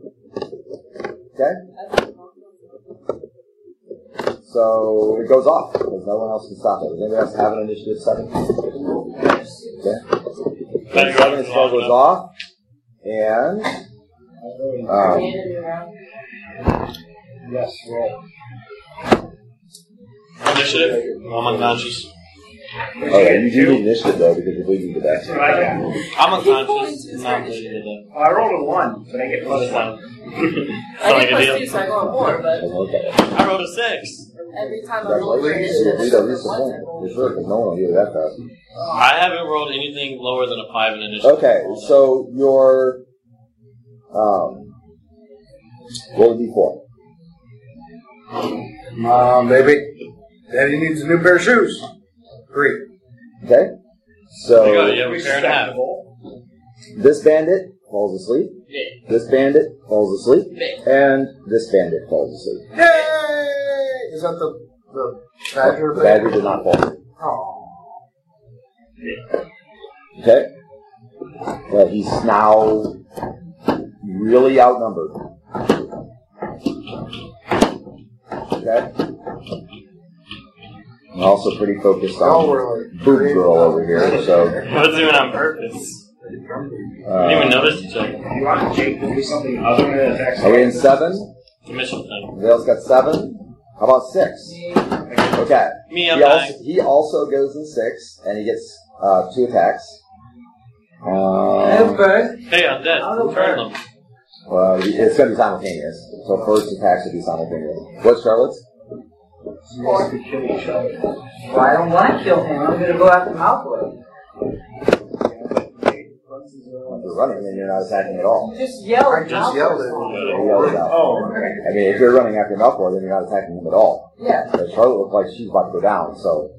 A: Okay? So, it goes off, because no one else can stop it. Does anybody else have an initiative seven? Okay.
C: Better go
A: Seven
C: out
A: is spell goes off, and, um,
C: Initiative. I'm unconscious.
A: Oh yeah, you do need initiative though because you're leading the best.
G: What I got?
C: I'm unconscious. and I'm bleeding to death.
G: Well, I rolled a one, but I get plus one.
H: I
C: Sound like a
H: get plus
C: deal?
H: two, so I go on more, but
A: Okay.
C: I rolled a six.
H: every time I roll for
A: Congratulations. You'll lead at least a point for sure because no one will do that fast.
C: I haven't rolled anything lower than a five in initiative.
A: Okay, so your um, roll a d4.
E: Mom, baby. Daddy needs a new pair of shoes. Great.
A: Okay?
C: They got
A: So
C: you every pair and a half.
A: this bandit falls asleep. This bandit falls asleep. And this bandit falls asleep.
E: Yay! Is that the, the badger
A: The badger did not fall asleep.
E: Oh.
A: Okay? But he's now really outnumbered. Okay? I'm also pretty focused
E: Y'all
A: on
E: were like
A: Boob Girl over here, so.
C: What's doing on purpose? I didn't even
A: Uh,
C: notice you took it.
G: You want Jake to do something other than attack?
A: are we in seven?
C: It's a mission thing.
A: Vale's got seven. How about six? Okay.
C: Me, I'm
A: He
C: dying.
A: also, he also goes in six, and he gets uh, two attacks. Um,
E: Okay.
C: Hey, I'm dead.
E: I'm
C: Turn them.
A: well, it's going to be simultaneous. So first attack should be simultaneous. What's Charlotte's?
B: Well, I don't want to kill him. I'm going to go after Malfoy.
A: If you're running, then you're not attacking at all.
B: You just yelled.
E: I just
B: Malfoy's
E: yelled at
B: on.
A: He yells out.
G: Oh, okay.
A: I mean, if you're running after Malfoy, then you're not attacking him at all.
B: Yeah.
A: But Charlotte looks like she's about to go down, so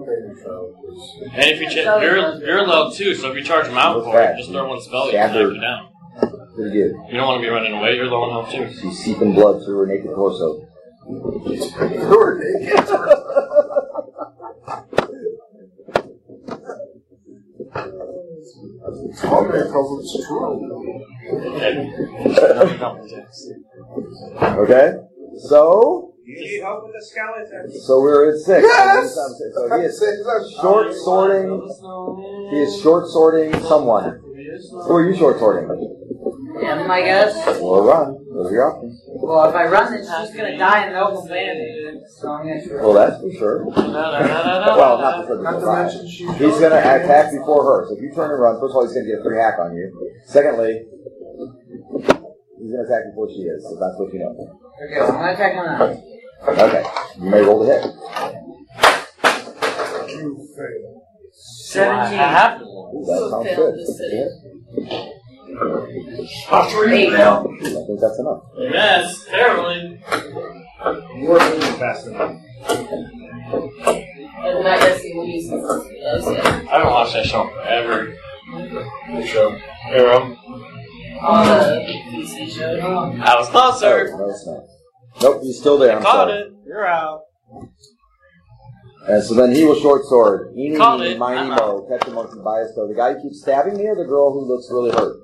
E: Yeah.
C: And if you cha- you're you're low too, so if you charge him out for it, just throw one spell you can knock you down.
A: pretty good.
C: You don't want to be running away. You're low on health too.
A: She's seeping blood through her naked torso. Okay? So,
G: You need help with the skeleton.
A: so we're at six.
E: Yes!
A: So he is short sorting. He is short sorting someone. Who are you short sorting?
B: Him, I guess.
A: Or run. Those are your options.
B: Well, if I run, then she's going to die in the open land. So I'm going to.
A: Well, that's for sure. Well, not for
E: Not to
A: the
E: mention she's
A: He's going to attack before her. So if you turn and run, first of all, he's going to get a free hack on you. Secondly, he's going to attack before she is. So that's what you know.
B: Okay, so I'm going to attack him now.
A: Okay. You may roll the hit.
E: You fail.
B: 17.
C: happened?
A: Ooh, that sounds good. Yeah, I think that's enough.
C: Yes, terribly.
G: You weren't moving fast enough.
H: And I guess he will use his.
C: I haven't watched that show in forever. Good show. Arrow.
H: All the PC show.
C: I was closer.
A: Oh, no, it's not. Nope, he's still
C: I
A: there. I'm
C: caught
A: sorry.
C: it. You're out.
A: And so then he will short sword. Eeny,
C: Caught
A: meeny,
C: it.
A: miny,
C: I'm out.
A: mo. Catch a monkey by his toe. The guy who keeps stabbing me or the girl who looks really hurt?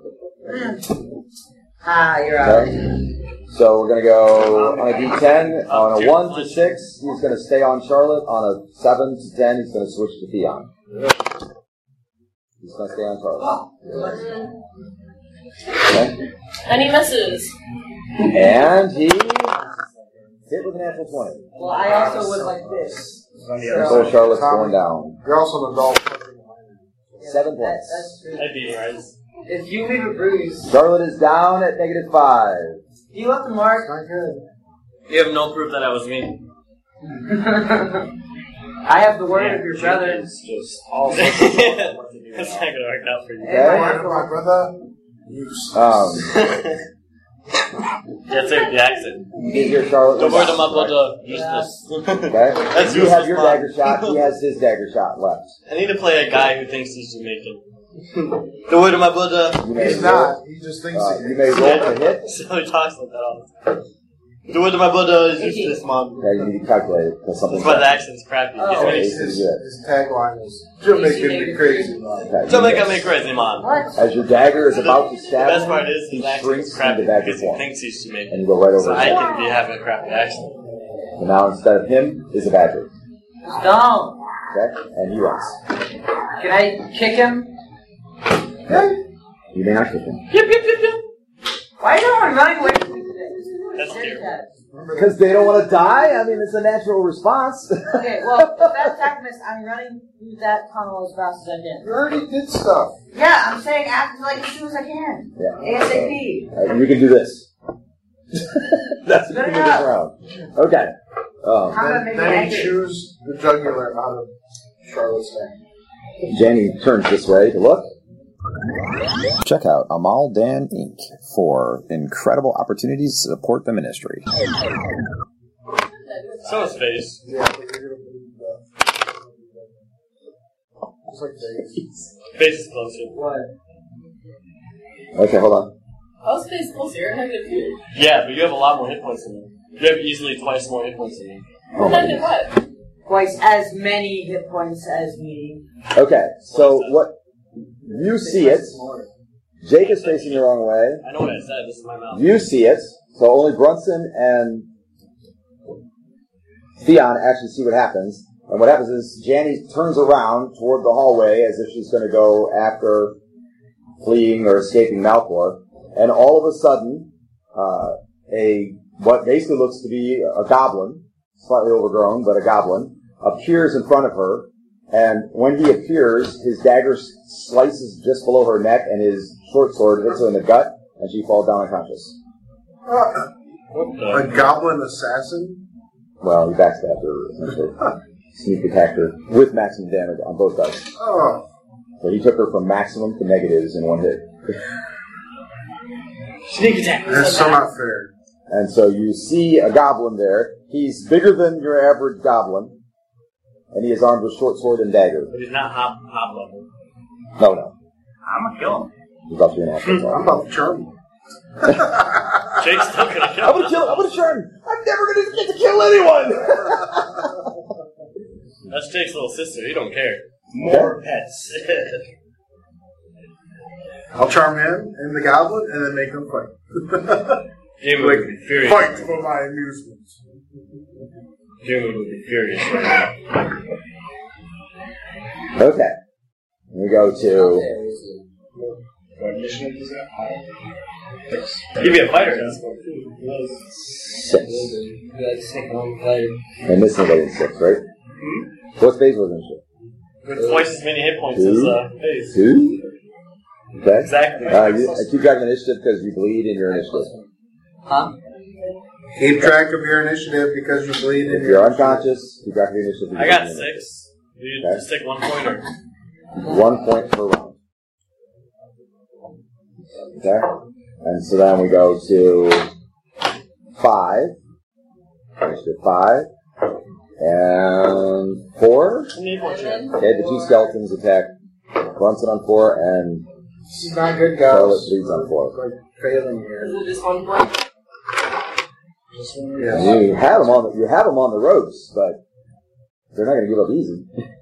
B: Ah, you're out.
A: Okay. So we're gonna go on a D10. On a one to six, he's gonna stay on Charlotte. On a seven to ten, he's gonna switch to Theon. He's gonna stay on Charlotte.
H: Mm.
A: Okay.
H: And he misses.
A: And he hit with a natural twenty.
B: Well, I also was like this.
G: It's on the
A: And
G: other
A: so
G: side.
A: Charlotte's going down.
E: You're also an adult.
A: Seven
B: That,
A: points.
B: that's true.
C: I'd be right.
B: If you leave a bruise,
A: Charlotte is down at negative five.
B: you left a mark.
E: Not good.
C: You have no proof that I was me.
B: (laughs)
C: (laughs)
B: I have the word of your brother.
C: Just all (laughs) sorts of That's not gonna work out for you. (laughs)
B: Hey,
A: Okay.
E: Why did my brother? You
A: Um,
C: That's it, the accent.
A: you hear Charlotte.
C: Don't worry,
A: down,
C: the muffled
A: right?
C: dog. Just this.
A: Okay.
C: That's
A: You have your
C: useless, Bob.
A: dagger shot. He has his dagger shot left.
C: (laughs) I need to play a guy who thinks he's Jamaican. the word of my Buddha.
A: You may
E: He's
A: roll-
E: not. He just thinks
A: Uh,
E: he
A: you may roll to hit.
C: So he talks like that all the time. The word of my Buddha is just this mom.
A: Okay, you need to calculate it. 'cause
C: That's
A: Something's
C: why the accent's crappy.
B: Oh.
C: Oh,
E: His, his, his tagline is Jamaican me crazy. man."
A: Okay,
C: so make
A: yes.
C: him a crazy man.
B: What?
A: As your dagger is
C: The-
A: about to
C: The
A: stab
C: best
A: him,
C: part is
A: he
C: his accent's
A: shrinks into
C: crappy
A: dagger
C: because he
A: form,
C: thinks he's Jamaican.
A: and you go right
C: So
A: over.
C: I
A: his
C: can be having a crappy accent.
A: head. And now instead of him is a badger.
B: Don't.
A: Okay, and he runs.
B: Can I kick him?
A: You may not kick him
B: Yip, yip, yip, yip. Why don't I run away from you today?
C: That's cute.
E: Remember that?
A: because they don't want to die. I mean, it's a natural response. (laughs)
B: Okay, well, if that (laughs) attack missed, I'm running through that tunnel as fast as I can.
E: You already did stuff.
B: Yeah, I'm saying act like as soon as I can.
A: yeah.
B: ASAP.
A: Uh, you can do this. (laughs) That's what you can do this
B: Yeah.
A: round. Okay. Um,
B: I'm gonna
E: Then,
B: make
E: then he
B: it angry.
E: chews the jugular out of Charlotte's neck.
A: Jenny turns this way to look.
I: Check out Amal Dan Inc. for incredible opportunities to support the ministry.
C: So is face.
A: (laughs)
C: Face is closer.
B: What?
A: Okay, hold on.
H: I'll space closer. I'm negative two.
C: Yeah, but you have a lot more hit points than me. You have easily twice more hit points than me.
A: Oh my
H: Negative what?
B: Twice as many hit points as me.
A: Okay, so what you see it. Jake is facing the wrong way.
C: I know what I said. This is my mouth.
A: You see it. So only Brunson and Theon actually see what happens. And what happens is Janny turns around toward the hallway as if she's going to go after fleeing or escaping Malkor. And all of a sudden, uh, a what basically looks to be a goblin, slightly overgrown, but a goblin, appears in front of her. And when he appears, his dagger slices just below her neck, and his short sword hits her in the gut, and she falls down unconscious.
E: Uh,
C: What the?
E: a goblin assassin?
A: Well, he backstabbed her, essentially. Sneak attacked her with maximum damage on both sides.
E: Oh,
A: So he took her from maximum to negatives in one hit.
C: Sneak attack.
E: that's so not fair.
A: And so you see a goblin there. He's bigger than your average goblin, and he is armed with short sword and dagger.
C: But he's not hop hop level.
A: No, no.
G: I'm gonna kill him.
A: He's about to be an asshole.
E: I'm about to charm you.
C: Jake's still gonna
A: I'm
C: kill
A: gonna
C: him.
A: kill him. I'm gonna charm him. I'm never gonna get to kill anyone.
C: That's Jake's little sister. He don't care. (laughs)
G: More pets.
E: I'll charm him and the goblin and then make them fight. (laughs)
C: Damon
E: Like,
C: would be furious.
E: Fight for my amusement.
C: Damon would be furious right now.
A: okay. We go to
G: What mission is that?
C: Give me a fighter.
A: six.
F: Like sick on player.
A: And this is like six, right?
C: Hmm?
A: What phase was it?
C: With twice as many hit points as uh, Faze.
A: Two. Okay.
C: Exactly.
A: Uh, you, I keep track of initiative because you bleed in your initiative.
F: Huh?
E: Keep track of your initiative because you bleed in
A: If you're
E: your
A: unconscious, keep track of your initiative.
C: I got six. You
A: Okay.
C: just take one pointer.
A: One point per round. Okay? And so then we go to five. Initiative five. And four.
C: Uh,
A: Okay, the two skeletons attack Brunson on four and
E: This is not good,
A: Charlotte
E: guys.
A: Leeds on four.
E: Like failing
H: Is
E: here.
H: it just one point?
E: Yes.
A: You have them on the, you have 'em on the ropes, but they're not going to give up easy.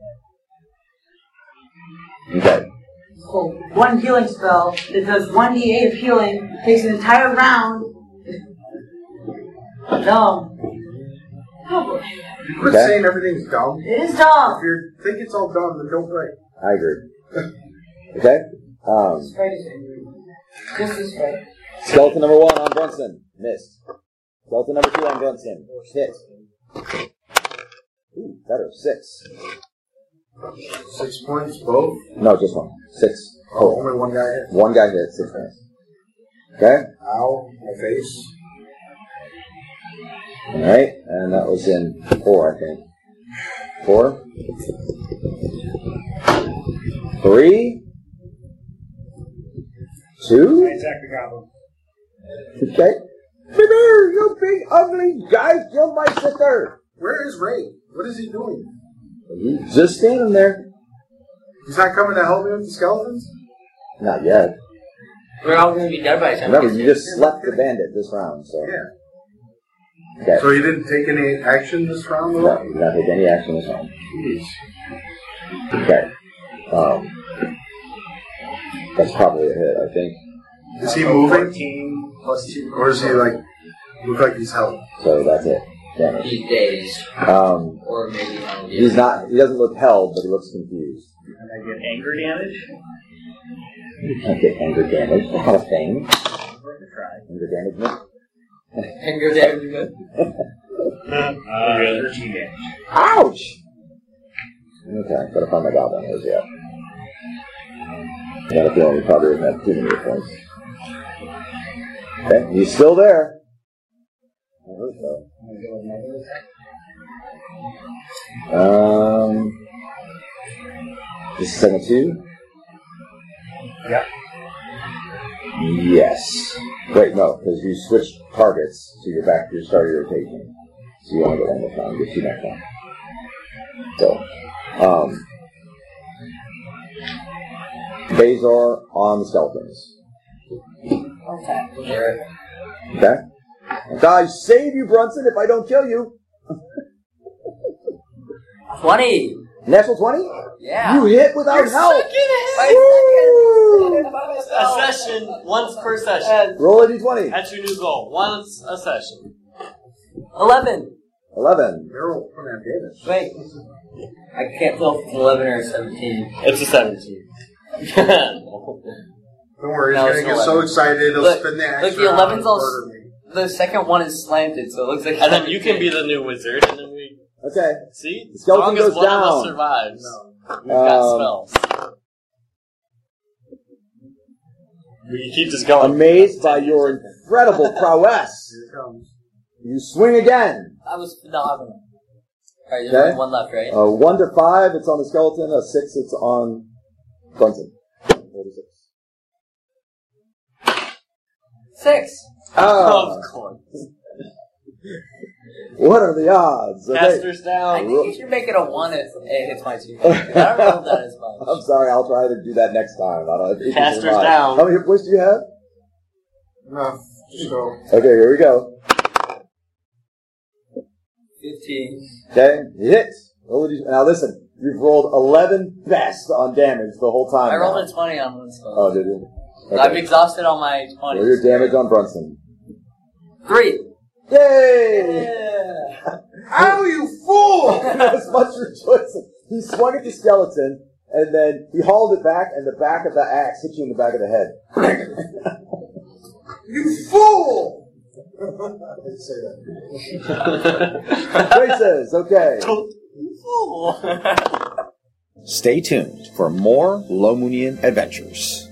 A: okay.
B: One healing spell that does 1d8 of healing, takes an entire round. Dumb.
E: You quit
A: Okay.
E: saying everything's dumb.
B: It is
E: If
B: dumb.
E: you think it's all dumb, then don't play.
A: I agree. Okay? Um,
B: Sprite is angry. This is right.
A: Skeleton number one on Brunson. Missed. Skeleton number two on Brunson. Hit. Ooh, better. Six.
E: Six points, both.
A: No, just one. Six.
E: Oh,
A: Oh,
E: only one guy hit.
A: one guy hit. Six points. Okay?
E: Ow, my face.
A: Alright. And that was in four, I think. Four. Three.
G: I
A: Two.
G: attack the goblin.
A: Okay. Come here, you big ugly guy killed my sister!
E: Where is Ray? What is he doing?
A: He's just standing there.
E: He's not coming to help me with the skeletons?
A: Not yet.
F: We're all gonna be dead by the time.
A: Remember, you just slept the bandit this round, so.
E: Yeah.
A: Okay.
E: So he didn't take any action this round,
A: No,
E: though?
A: you not take any action this round. Okay. Um, that's probably a hit, I think.
E: Is he moving?
G: 14 plus 2.
E: Or is he like, look like he's held?
A: So that's it. Damage.
F: He's dazed,
A: Um,
F: or maybe not.
A: he's not, he doesn't look held, but he looks confused.
G: And I get anger damage?
A: I get anger damage. That's not a thing.
G: I'm going to try.
A: Anger damage. no.
F: Anger damage.
G: Uh, 13 damage.
A: Ouch! Okay, gotta find my goblin hose yet. I got a feeling he probably doesn't have too many hit points. Okay, he's still there. I hope so. Um, this is second two. Yes. Wait, no, because you switched targets, so you're back. You start your rotation, so you want to go one more time. Get you next time. So, um, Bazar on the skeletons.
K: Okay.
A: Okay. I save you, Brunson. If I don't kill you,
F: Twenty.
A: natural twenty.
F: Yeah.
A: You hit without help.
C: A session, once per session.
F: And
A: Roll a d20.
C: That's your new goal. Once a session.
F: eleven.
A: Eleven.
E: Errol Fernandez.
F: Wait. I can't tell if it's eleven or seventeen.
C: It's a 17.
E: Don't worry,
F: No,
E: he's
F: it's
E: gonna get
F: an
E: so excited he'll
F: Look-
E: spin the
F: look,
E: axe.
F: the 11's all s- The second one is slanted, so it looks
C: (laughs)
F: like.
C: and then you
F: (laughs)
C: can be the new wizard, and then we.
A: Okay.
C: See?
A: The skeleton
C: as long as
A: goes
C: one of
A: down.
C: us survives, we've
A: Um,
C: got spells. We can keep this going.
A: Amazed by your incredible prowess,
E: Here it comes.
A: you swing again.
F: I was phenomenal. Alright,
A: there's Okay. Oh. only
F: one left, right?
A: A Uh, one to five, it's on the skeleton. A six, it's on Brunson. What is it?
F: Six.
A: Ah,
C: Of course.
A: what are the odds? Okay.
C: Casters down.
F: I think you should make it a one if it hits
A: (laughs)
F: my two. I don't know that as much.
A: I'm sorry, I'll try to do that next time. I don't. it's
C: Casters
A: mine.
C: down.
A: How many hit points do you have?
E: No, just go.
A: Okay, here we go.
F: Fifteen.
A: Okay, hit. Roll a d- Now listen, you've rolled 11 best on damage the whole time.
F: I
A: now.
F: rolled a twenty on one spell.
A: Oh, did you?
F: I've
A: Okay.
F: exhausted all my
A: Roll your
F: twenties.
A: damage on Brunson.
F: Three.
A: Yay!
E: Ow, you fool!
A: (laughs) as much rejoicing. He swung at the skeleton, and then he hauled it back, and the back of the axe hit you in the back of the head.
E: You fool!
A: Traces, okay.
L: Stay tuned for more Lomunian adventures.